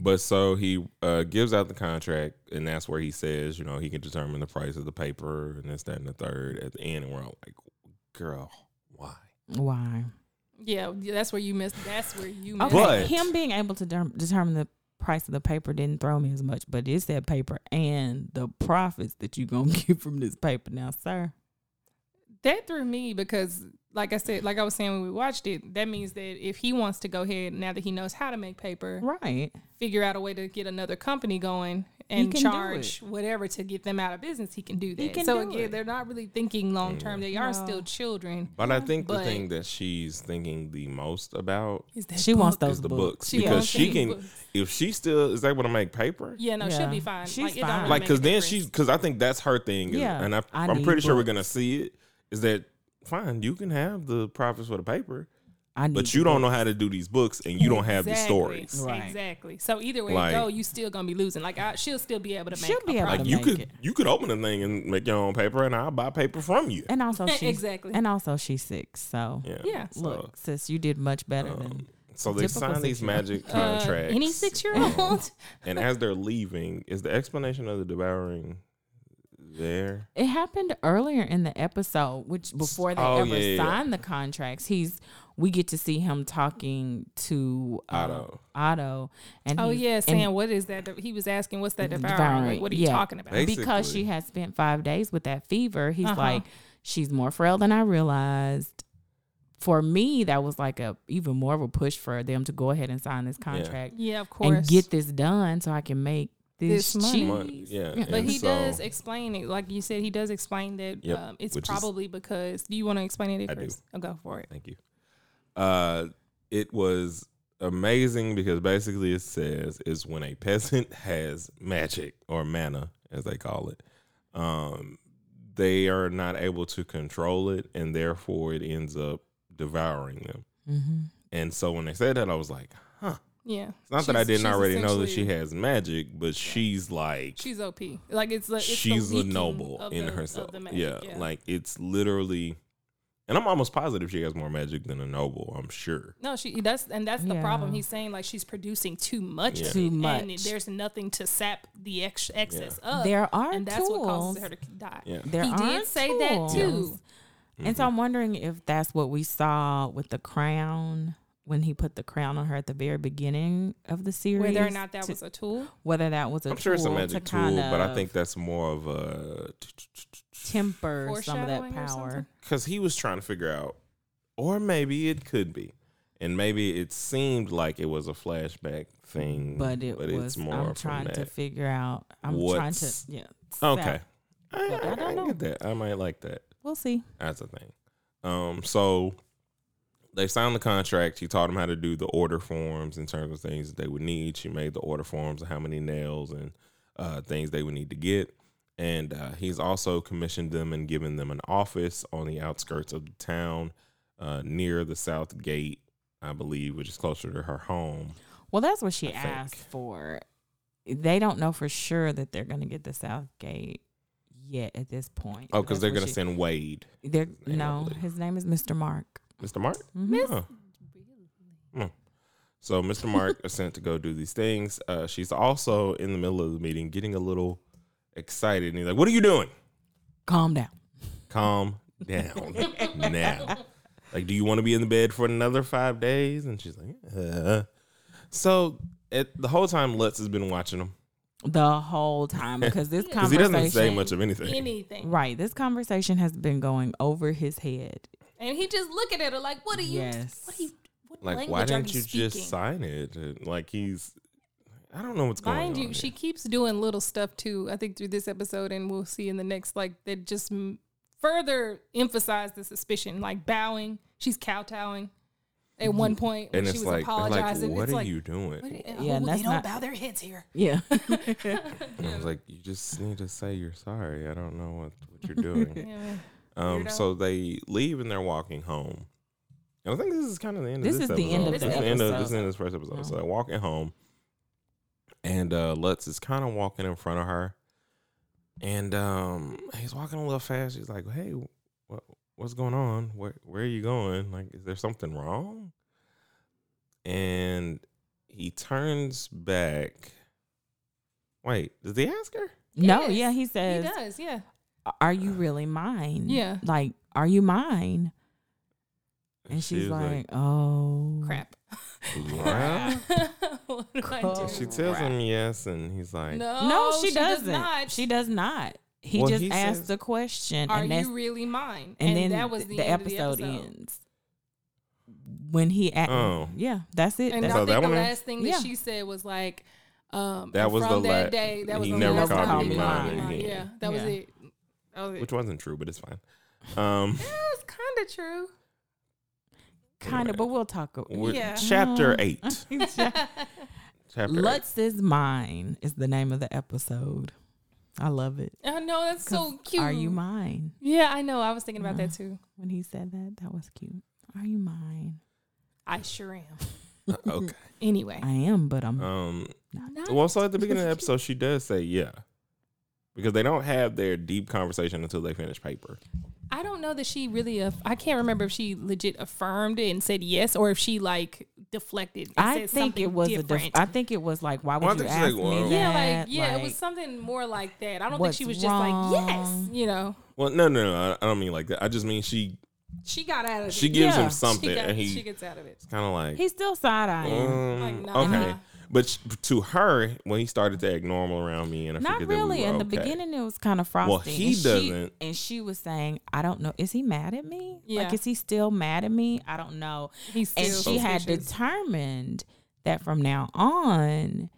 [SPEAKER 1] But so he uh, gives out the contract, and that's where he says, you know, he can determine the price of the paper and this, that, and the third at the end. And we're all like, girl, why?
[SPEAKER 3] Why?
[SPEAKER 2] yeah, that's where you missed. That's where you missed.
[SPEAKER 3] Okay,
[SPEAKER 1] But-
[SPEAKER 3] him being able to der- determine the price of the paper didn't throw me as much, but it's that paper and the profits that you gonna get from this paper now, sir.
[SPEAKER 2] that threw me because like i said like i was saying when we watched it that means that if he wants to go ahead now that he knows how to make paper
[SPEAKER 3] Right.
[SPEAKER 2] figure out a way to get another company going and
[SPEAKER 3] can do
[SPEAKER 2] charge whatever to get them out of business he can do that
[SPEAKER 3] can
[SPEAKER 2] so
[SPEAKER 3] do
[SPEAKER 2] again
[SPEAKER 3] it.
[SPEAKER 2] they're not really thinking long term they are
[SPEAKER 3] No.
[SPEAKER 2] still children
[SPEAKER 1] But I think the
[SPEAKER 2] But-
[SPEAKER 1] thing that she's thinking the most about
[SPEAKER 2] is that
[SPEAKER 3] She wants
[SPEAKER 2] book-
[SPEAKER 3] those
[SPEAKER 1] is the
[SPEAKER 3] books.
[SPEAKER 1] books
[SPEAKER 2] She
[SPEAKER 1] because
[SPEAKER 2] wants
[SPEAKER 1] she
[SPEAKER 2] these
[SPEAKER 1] can,
[SPEAKER 2] books.
[SPEAKER 1] if she still is able to make paper,
[SPEAKER 2] yeah no
[SPEAKER 3] Yeah.
[SPEAKER 2] she'll be fine
[SPEAKER 3] She's
[SPEAKER 2] like, it don't
[SPEAKER 3] fine.
[SPEAKER 2] really
[SPEAKER 1] like
[SPEAKER 2] make
[SPEAKER 1] because
[SPEAKER 2] a
[SPEAKER 1] then
[SPEAKER 2] difference.
[SPEAKER 1] she's because I think that's her thing. is-
[SPEAKER 3] Yeah,
[SPEAKER 1] and I,
[SPEAKER 3] I
[SPEAKER 1] I am
[SPEAKER 3] need
[SPEAKER 1] pretty sure we're
[SPEAKER 3] books.
[SPEAKER 1] gonna see it. Is that fine? You can have the profits for the paper,
[SPEAKER 3] I need
[SPEAKER 1] but you don't know how to do these books, and you don't have the
[SPEAKER 2] Exactly.
[SPEAKER 1] stories.
[SPEAKER 3] Right.
[SPEAKER 2] exactly so either way
[SPEAKER 1] Like-
[SPEAKER 2] you go you still gonna be losing like I, she'll still be able to make
[SPEAKER 3] She'll be
[SPEAKER 2] a
[SPEAKER 3] able to
[SPEAKER 2] profit.
[SPEAKER 1] Like you
[SPEAKER 3] make
[SPEAKER 1] could
[SPEAKER 3] it.
[SPEAKER 1] you could open a thing and make your own paper, and I'll buy paper from you.
[SPEAKER 3] and also she's
[SPEAKER 2] Exactly.
[SPEAKER 3] and also she's six, so
[SPEAKER 1] Yeah.
[SPEAKER 2] Yeah.
[SPEAKER 1] So, Oh. um,
[SPEAKER 3] look, sis, you did much better than
[SPEAKER 1] so they
[SPEAKER 3] typical
[SPEAKER 1] sign these
[SPEAKER 3] six-year-old.
[SPEAKER 1] magic
[SPEAKER 2] Uh,
[SPEAKER 1] contracts.
[SPEAKER 2] any six year old
[SPEAKER 1] And as they're leaving, is the explanation of the devouring there?
[SPEAKER 3] It happened earlier in the episode, which before they
[SPEAKER 1] Oh,
[SPEAKER 3] ever
[SPEAKER 1] yeah, yeah, yeah.
[SPEAKER 3] signed the contracts, he's we get to see him talking to uh,
[SPEAKER 1] Otto.
[SPEAKER 3] Otto, and
[SPEAKER 2] Oh
[SPEAKER 3] he's-
[SPEAKER 2] yeah,
[SPEAKER 3] and
[SPEAKER 2] saying what is that? He was asking, "What's that devouring?
[SPEAKER 3] devouring,
[SPEAKER 2] Like, what are you
[SPEAKER 3] yeah.
[SPEAKER 2] talking about?"
[SPEAKER 1] They-
[SPEAKER 3] because she
[SPEAKER 1] Basically.
[SPEAKER 3] had spent five days with that fever, he's
[SPEAKER 2] Uh-huh.
[SPEAKER 3] like, she's more frail than I realized. For me, that was like a even more of a push for them to go ahead and sign this contract
[SPEAKER 2] yeah, of course.
[SPEAKER 3] and get this done, so I can make this,
[SPEAKER 2] This money.
[SPEAKER 3] cheese.
[SPEAKER 1] Money, yeah.
[SPEAKER 3] But
[SPEAKER 2] but
[SPEAKER 1] and
[SPEAKER 2] he
[SPEAKER 1] so-
[SPEAKER 2] does explain it, like you said, he does explain that
[SPEAKER 1] Yep,
[SPEAKER 2] um, it's
[SPEAKER 1] which is-
[SPEAKER 2] probably because. Do you want to explain it
[SPEAKER 1] I do.
[SPEAKER 2] first? I'll go for it.
[SPEAKER 1] Thank you. Uh, it was amazing because basically it says is when a peasant has magic or mana, as they call it. Um, they are not able to control it, and therefore it ends up devouring them.
[SPEAKER 3] Mm-hmm.
[SPEAKER 1] And so when they said that, I was like, huh,
[SPEAKER 2] Yeah.
[SPEAKER 1] It's not that I
[SPEAKER 2] She's-
[SPEAKER 1] didn't
[SPEAKER 2] she's
[SPEAKER 1] already know that she
[SPEAKER 2] essentially-
[SPEAKER 1] has magic, but she's like
[SPEAKER 2] She's OP. Like it's the, it's the
[SPEAKER 1] she's a
[SPEAKER 2] leaking
[SPEAKER 1] noble
[SPEAKER 2] of
[SPEAKER 1] in
[SPEAKER 2] the- of
[SPEAKER 1] herself.
[SPEAKER 2] the magic,
[SPEAKER 1] yeah, like it's literally, and I'm almost positive she has more magic than a noble. I'm sure.
[SPEAKER 2] No, she that's and that's the problem.
[SPEAKER 3] Yeah.
[SPEAKER 2] He's saying like she's producing too much,
[SPEAKER 1] Yeah.
[SPEAKER 2] of
[SPEAKER 3] Too
[SPEAKER 2] it, and
[SPEAKER 3] much.
[SPEAKER 2] there's nothing to sap the ex- excess of.
[SPEAKER 3] There are
[SPEAKER 2] and that's what
[SPEAKER 3] tools.
[SPEAKER 2] causes her to die.
[SPEAKER 1] Yeah,
[SPEAKER 3] There
[SPEAKER 2] he
[SPEAKER 3] are
[SPEAKER 2] did say that
[SPEAKER 3] tools.
[SPEAKER 2] too.
[SPEAKER 3] And
[SPEAKER 1] Mm-hmm.
[SPEAKER 3] so I'm wondering if that's what we saw with the crown when he put the crown on her at the very beginning of the series.
[SPEAKER 2] Whether or not that
[SPEAKER 3] to-
[SPEAKER 2] was a tool,
[SPEAKER 3] whether that was a
[SPEAKER 1] Mm-hmm. I'm sure it's a
[SPEAKER 3] tool to
[SPEAKER 1] magic tool,
[SPEAKER 3] kind
[SPEAKER 1] but I
[SPEAKER 3] of
[SPEAKER 1] think that's more of a
[SPEAKER 3] temper some of that
[SPEAKER 2] Foreshadowing or
[SPEAKER 3] power.
[SPEAKER 2] something?
[SPEAKER 1] because he was trying to figure out, or maybe it could be, and maybe it seemed like it was a flashback thing,
[SPEAKER 3] But it was
[SPEAKER 1] it's more
[SPEAKER 3] I'm
[SPEAKER 1] from
[SPEAKER 3] trying to
[SPEAKER 1] that.
[SPEAKER 3] figure out. I'm trying to
[SPEAKER 1] What's-
[SPEAKER 3] yeah. so
[SPEAKER 1] Okay, I,
[SPEAKER 3] But I
[SPEAKER 1] I,
[SPEAKER 3] don't
[SPEAKER 1] I
[SPEAKER 3] know.
[SPEAKER 1] get that. I might like that.
[SPEAKER 3] we'll see.
[SPEAKER 1] That's the thing. Um, so they signed the contract. She taught them how to do the order forms in terms of things that they would need. She made the order forms of how many nails and uh, things they would need to get. And uh, he's also commissioned them and given them an office on the outskirts of the town, uh, near the south gate, I believe, which is closer to her home.
[SPEAKER 3] Well, that's what she
[SPEAKER 1] I think.
[SPEAKER 3] asked for. They don't know for sure that they're going to get the South Gate yet at this point.
[SPEAKER 1] Oh,
[SPEAKER 3] So
[SPEAKER 1] because
[SPEAKER 3] that's
[SPEAKER 1] they're
[SPEAKER 3] what
[SPEAKER 1] gonna
[SPEAKER 3] she-
[SPEAKER 1] send Wade,
[SPEAKER 3] They're,
[SPEAKER 1] name, I
[SPEAKER 3] no,
[SPEAKER 1] believe.
[SPEAKER 3] his name is Mr. Mark.
[SPEAKER 1] Mr. Mark.
[SPEAKER 3] Mhm.
[SPEAKER 1] Huh. So Mr. Mark is sent to go do these things. Uh, she's also in the middle of the meeting, getting a little excited, and he's like, "What are you doing?
[SPEAKER 3] Calm down.
[SPEAKER 1] Calm down now. Like, do you want to be in the bed for another five days?" And she's like, uh. "So." It, the whole time, Lutz has been watching him
[SPEAKER 3] The whole time because this
[SPEAKER 1] because he
[SPEAKER 3] conversation,
[SPEAKER 1] doesn't say much of anything.
[SPEAKER 2] anything,
[SPEAKER 3] right? This conversation has been going over his head.
[SPEAKER 2] and he just looking at her like, "What are you?
[SPEAKER 3] Yes.
[SPEAKER 2] What are you? What
[SPEAKER 1] like,
[SPEAKER 2] language
[SPEAKER 1] why
[SPEAKER 2] are
[SPEAKER 1] didn't you
[SPEAKER 2] speaking?
[SPEAKER 1] just sign it? And, Like, he's, I don't know what's going
[SPEAKER 2] Mind
[SPEAKER 1] on.
[SPEAKER 2] you,
[SPEAKER 1] here.
[SPEAKER 2] she keeps doing little stuff too. I think through this episode, and we'll see in the next, like that just m- further emphasize the suspicion. Like bowing, she's kowtowing at one point, when
[SPEAKER 1] and
[SPEAKER 2] she
[SPEAKER 1] it's
[SPEAKER 2] was
[SPEAKER 1] like, they're like,
[SPEAKER 2] apologizing.
[SPEAKER 1] what
[SPEAKER 2] it's
[SPEAKER 1] are
[SPEAKER 2] like,
[SPEAKER 1] you doing?
[SPEAKER 2] what are-
[SPEAKER 3] Yeah,
[SPEAKER 2] oh,
[SPEAKER 3] and
[SPEAKER 2] they
[SPEAKER 3] that's
[SPEAKER 2] don't
[SPEAKER 3] not-
[SPEAKER 2] bow their heads here.
[SPEAKER 3] Yeah,
[SPEAKER 1] And I was like, you just need to say you're sorry. I don't know what, what you're doing.
[SPEAKER 2] Yeah.
[SPEAKER 1] um,
[SPEAKER 2] Weirdo.
[SPEAKER 1] so they leave and they're walking home. And I think this is kind of the end
[SPEAKER 3] This
[SPEAKER 1] of this
[SPEAKER 3] is the
[SPEAKER 1] episode.
[SPEAKER 3] end
[SPEAKER 2] of
[SPEAKER 1] This
[SPEAKER 2] the
[SPEAKER 1] is End of, this
[SPEAKER 3] episode.
[SPEAKER 1] is the end of this first episode. So
[SPEAKER 3] Oh.
[SPEAKER 1] they're walking home. And uh, Lutz is kind of walking in front of her. And um, he's walking a little fast. He's like, hey, what, what's going on? Where, where are you going? Like, is there something wrong? And he turns back. Wait, does he ask her?
[SPEAKER 3] no,
[SPEAKER 2] Yes,
[SPEAKER 3] yeah. He
[SPEAKER 2] He
[SPEAKER 3] says,
[SPEAKER 2] does, yeah.
[SPEAKER 3] "Are you really mine?
[SPEAKER 2] Yeah.
[SPEAKER 3] like, are you mine?" And she's
[SPEAKER 1] was
[SPEAKER 3] like, "Oh,
[SPEAKER 2] Crap.
[SPEAKER 1] "Well?"
[SPEAKER 2] what do I
[SPEAKER 3] Cool.
[SPEAKER 2] do?
[SPEAKER 1] she tells him yes, and he's like,
[SPEAKER 2] Oh, no,
[SPEAKER 3] No, she,
[SPEAKER 2] Oh, does
[SPEAKER 3] doesn't.
[SPEAKER 2] not.
[SPEAKER 3] She does not. He
[SPEAKER 1] Well,
[SPEAKER 3] just
[SPEAKER 1] he
[SPEAKER 3] asked
[SPEAKER 1] says-
[SPEAKER 3] the question,
[SPEAKER 2] Are
[SPEAKER 3] and that's
[SPEAKER 2] you really mine?
[SPEAKER 3] and, then
[SPEAKER 2] that was
[SPEAKER 3] the,
[SPEAKER 2] the,
[SPEAKER 3] the
[SPEAKER 2] end of
[SPEAKER 3] episode,
[SPEAKER 2] the episode.
[SPEAKER 3] ends when he asked.
[SPEAKER 1] Oh.
[SPEAKER 3] Yeah, that's it.
[SPEAKER 2] And
[SPEAKER 3] That's-
[SPEAKER 2] I
[SPEAKER 1] So
[SPEAKER 2] think
[SPEAKER 1] that
[SPEAKER 2] the
[SPEAKER 1] one ends?
[SPEAKER 2] last thing that
[SPEAKER 3] Yeah.
[SPEAKER 2] she said was like, um,
[SPEAKER 1] That
[SPEAKER 2] and
[SPEAKER 1] was
[SPEAKER 2] from
[SPEAKER 1] the
[SPEAKER 2] that
[SPEAKER 1] la-
[SPEAKER 2] day. That was
[SPEAKER 1] he
[SPEAKER 2] the
[SPEAKER 1] never
[SPEAKER 2] last
[SPEAKER 3] called
[SPEAKER 2] time
[SPEAKER 3] me
[SPEAKER 2] he
[SPEAKER 3] mine
[SPEAKER 1] again.
[SPEAKER 2] Yeah, that was
[SPEAKER 3] Yeah.
[SPEAKER 2] it. That was it.
[SPEAKER 1] which wasn't true, but it's fine. Um,
[SPEAKER 2] Yeah, it was kind of true.
[SPEAKER 3] kind of, but we'll talk.
[SPEAKER 1] we're-
[SPEAKER 2] Yeah.
[SPEAKER 1] Chapter eight.
[SPEAKER 3] about
[SPEAKER 1] Chapter eight.
[SPEAKER 3] Lutz is mine is the name of the episode. I love it.
[SPEAKER 2] I know that's
[SPEAKER 3] 'Cause
[SPEAKER 2] so cute.
[SPEAKER 3] Are you mine? Mm.
[SPEAKER 2] Yeah, I know. I was thinking about
[SPEAKER 3] Yeah.
[SPEAKER 2] that too.
[SPEAKER 3] When he said that, that was cute. Are you mine?
[SPEAKER 2] I sure am.
[SPEAKER 1] Uh, Okay.
[SPEAKER 2] Anyway,
[SPEAKER 3] I am, but I'm
[SPEAKER 1] Um.
[SPEAKER 3] not.
[SPEAKER 2] Not-
[SPEAKER 1] Well, so at the beginning of the episode, she does say yeah, because they don't have their deep conversation until they finish paper.
[SPEAKER 2] I don't know that she really. Aff- I can't remember if she legit affirmed it and said yes, or if she like deflected. and
[SPEAKER 3] I
[SPEAKER 2] said
[SPEAKER 3] think
[SPEAKER 2] something
[SPEAKER 3] it was a. Def-
[SPEAKER 2] different.
[SPEAKER 3] I think it was like, why would
[SPEAKER 1] Well, I
[SPEAKER 3] you
[SPEAKER 1] think she's
[SPEAKER 3] ask
[SPEAKER 1] like, well-
[SPEAKER 3] me
[SPEAKER 2] yeah,
[SPEAKER 3] that?
[SPEAKER 2] like yeah, it
[SPEAKER 3] Like,
[SPEAKER 2] was something more like that. I don't think
[SPEAKER 3] what's
[SPEAKER 2] she was just like yes,
[SPEAKER 3] wrong?
[SPEAKER 2] you know.
[SPEAKER 1] Well, no, no, no. I, I don't mean like that. I just mean she
[SPEAKER 2] She got out of it.
[SPEAKER 1] she gives
[SPEAKER 3] Yeah.
[SPEAKER 1] him something,
[SPEAKER 2] she got,
[SPEAKER 1] and
[SPEAKER 2] she
[SPEAKER 1] he
[SPEAKER 2] gets out of it.
[SPEAKER 1] kind of like
[SPEAKER 3] He's still side eyeing.
[SPEAKER 1] um,
[SPEAKER 2] Like, nah.
[SPEAKER 1] okay.
[SPEAKER 2] Nah.
[SPEAKER 1] But sh- to her, when he started to act normal around me, and I
[SPEAKER 3] Not
[SPEAKER 1] figured that we
[SPEAKER 3] really.
[SPEAKER 1] were
[SPEAKER 3] In the
[SPEAKER 1] okay.
[SPEAKER 3] beginning, it was kind of frosty.
[SPEAKER 1] he
[SPEAKER 3] and she-
[SPEAKER 1] doesn't.
[SPEAKER 3] and she was saying, "I don't know. Is he mad at me?
[SPEAKER 2] Yeah.
[SPEAKER 3] Like, is he still mad at me? I don't know."
[SPEAKER 2] He's still
[SPEAKER 3] and she had
[SPEAKER 2] suspicious.
[SPEAKER 3] determined that from now on,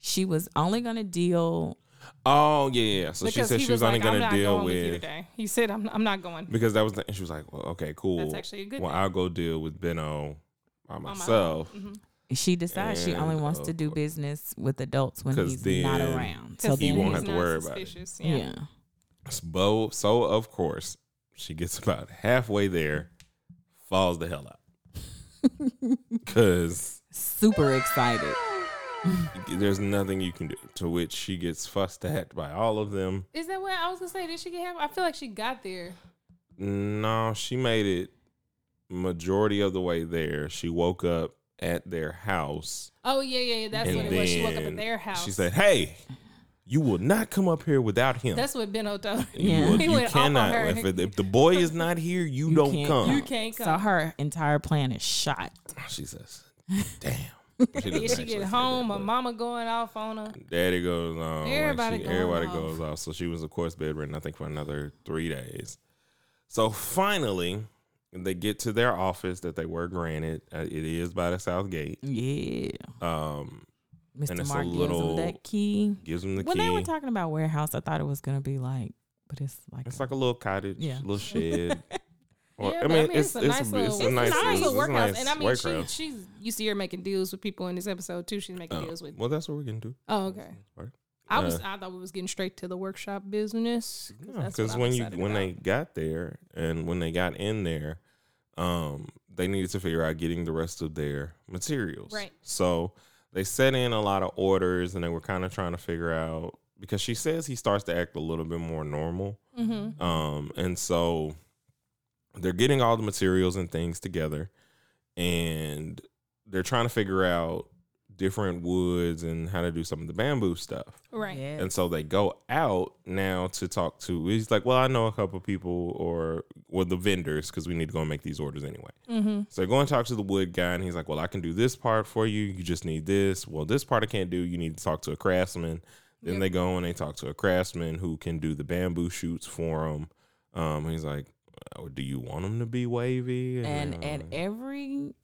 [SPEAKER 3] she was only going to deal.
[SPEAKER 1] Oh yeah, yeah. yeah. So she
[SPEAKER 2] Because
[SPEAKER 1] said
[SPEAKER 2] he
[SPEAKER 1] she was, only
[SPEAKER 2] like, I'm
[SPEAKER 1] going
[SPEAKER 2] not
[SPEAKER 1] to deal
[SPEAKER 2] going you
[SPEAKER 1] with
[SPEAKER 2] today. He said, "I'm I'm not going."
[SPEAKER 1] because that was the, and she was like, well, okay, cool.
[SPEAKER 2] That's actually a good
[SPEAKER 1] Well,
[SPEAKER 2] thing.
[SPEAKER 1] I'll go deal with Benno by myself
[SPEAKER 2] Mm-hmm.
[SPEAKER 3] She decides she only
[SPEAKER 1] And,
[SPEAKER 3] wants
[SPEAKER 1] uh,
[SPEAKER 3] to do business with adults when
[SPEAKER 1] 'cause
[SPEAKER 3] he's not
[SPEAKER 1] then
[SPEAKER 3] around. So
[SPEAKER 1] he
[SPEAKER 3] then,
[SPEAKER 1] won't
[SPEAKER 2] he's
[SPEAKER 1] have to
[SPEAKER 2] not
[SPEAKER 1] worry about it.
[SPEAKER 2] suspicious,
[SPEAKER 3] yeah.
[SPEAKER 2] Yeah.
[SPEAKER 1] So, so of course, she gets about halfway there, falls the hell out because
[SPEAKER 3] super excited.
[SPEAKER 1] There's nothing you can do. To which she gets fussed at by all of them.
[SPEAKER 2] Is that what I was gonna say? Did she get half? I feel like she got there.
[SPEAKER 1] No, she made it majority of the way there. She woke up at their house.
[SPEAKER 2] Oh yeah, yeah, yeah. That's
[SPEAKER 1] and
[SPEAKER 2] what it
[SPEAKER 1] then
[SPEAKER 2] was. She woke up at their house.
[SPEAKER 1] She said, Hey, you will not come up here without him.
[SPEAKER 2] "That's what Ben told her.
[SPEAKER 1] you
[SPEAKER 3] Yeah.
[SPEAKER 1] will-
[SPEAKER 2] He
[SPEAKER 1] you
[SPEAKER 2] went off on
[SPEAKER 1] cannot.
[SPEAKER 2] her.
[SPEAKER 1] If, if the boy is not here, you, don't
[SPEAKER 3] can't
[SPEAKER 1] come.
[SPEAKER 2] You can't
[SPEAKER 3] So
[SPEAKER 2] come."
[SPEAKER 3] her entire plan is shot.
[SPEAKER 1] She says, "Damn." She
[SPEAKER 2] yeah, she get home, her
[SPEAKER 1] mom.
[SPEAKER 2] mama going off on her.
[SPEAKER 1] Daddy goes on. like,
[SPEAKER 2] Everybody
[SPEAKER 1] she-
[SPEAKER 2] going
[SPEAKER 1] everybody
[SPEAKER 2] off.
[SPEAKER 1] goes off. So she was, of course, bedridden. I think for another three days. So finally, they get to their office that they were granted. Uh, it is by the south gate.
[SPEAKER 3] Yeah.
[SPEAKER 1] Um,
[SPEAKER 3] Mr.
[SPEAKER 1] it's a
[SPEAKER 3] Mark
[SPEAKER 1] little-
[SPEAKER 3] gives him that key.
[SPEAKER 1] gives them the
[SPEAKER 3] When they
[SPEAKER 1] key.
[SPEAKER 3] were talking about warehouse, I thought it was gonna be like, but it's like
[SPEAKER 1] it's
[SPEAKER 3] a-
[SPEAKER 1] like a little cottage,
[SPEAKER 3] Yeah.
[SPEAKER 1] little shed. Well,
[SPEAKER 2] Yeah, but I mean, it's a nice little-
[SPEAKER 1] it's
[SPEAKER 2] It's a
[SPEAKER 1] nice
[SPEAKER 2] nice
[SPEAKER 1] it's
[SPEAKER 2] little
[SPEAKER 1] a
[SPEAKER 2] workhouse,
[SPEAKER 1] nice
[SPEAKER 2] and I mean, she,
[SPEAKER 1] workhouse.
[SPEAKER 2] she's used to her making deals with people in this episode too. She's making deals with.
[SPEAKER 1] well, that's what we're gonna do.
[SPEAKER 2] Oh, okay.
[SPEAKER 1] Right.
[SPEAKER 2] I was
[SPEAKER 1] Oh. Uh,
[SPEAKER 2] I thought we was getting straight to the workshop business that's what
[SPEAKER 1] because
[SPEAKER 2] I'm
[SPEAKER 1] when you
[SPEAKER 2] excited
[SPEAKER 1] when
[SPEAKER 2] about.
[SPEAKER 1] they got there and when they got in there, um, they needed to figure out getting the rest of their materials.
[SPEAKER 2] Right.
[SPEAKER 1] So they set in a lot of orders, and they were kind of trying to figure out because she says he starts to act a little bit more normal.
[SPEAKER 2] hmm
[SPEAKER 1] Um, and so they're getting all the materials and things together, and they're trying to figure out different woods and how to do some of the bamboo stuff.
[SPEAKER 2] right.
[SPEAKER 3] Yeah.
[SPEAKER 1] And so they go out now to talk to. He's like, well, I know a couple people or or the vendors because we need to go and make these orders anyway.
[SPEAKER 2] Mm-hmm.
[SPEAKER 1] So they go and talk to the wood guy, and he's like, well, I can do this part for you. You just need this. Well, this part I can't do. You need to talk to a craftsman. Then
[SPEAKER 2] Yep.
[SPEAKER 1] they go and they talk to a craftsman who can do the bamboo shoots for him. Um, he's like, oh, do you want them to be wavy? Uh,
[SPEAKER 3] and
[SPEAKER 1] they're
[SPEAKER 3] at
[SPEAKER 1] like,
[SPEAKER 3] every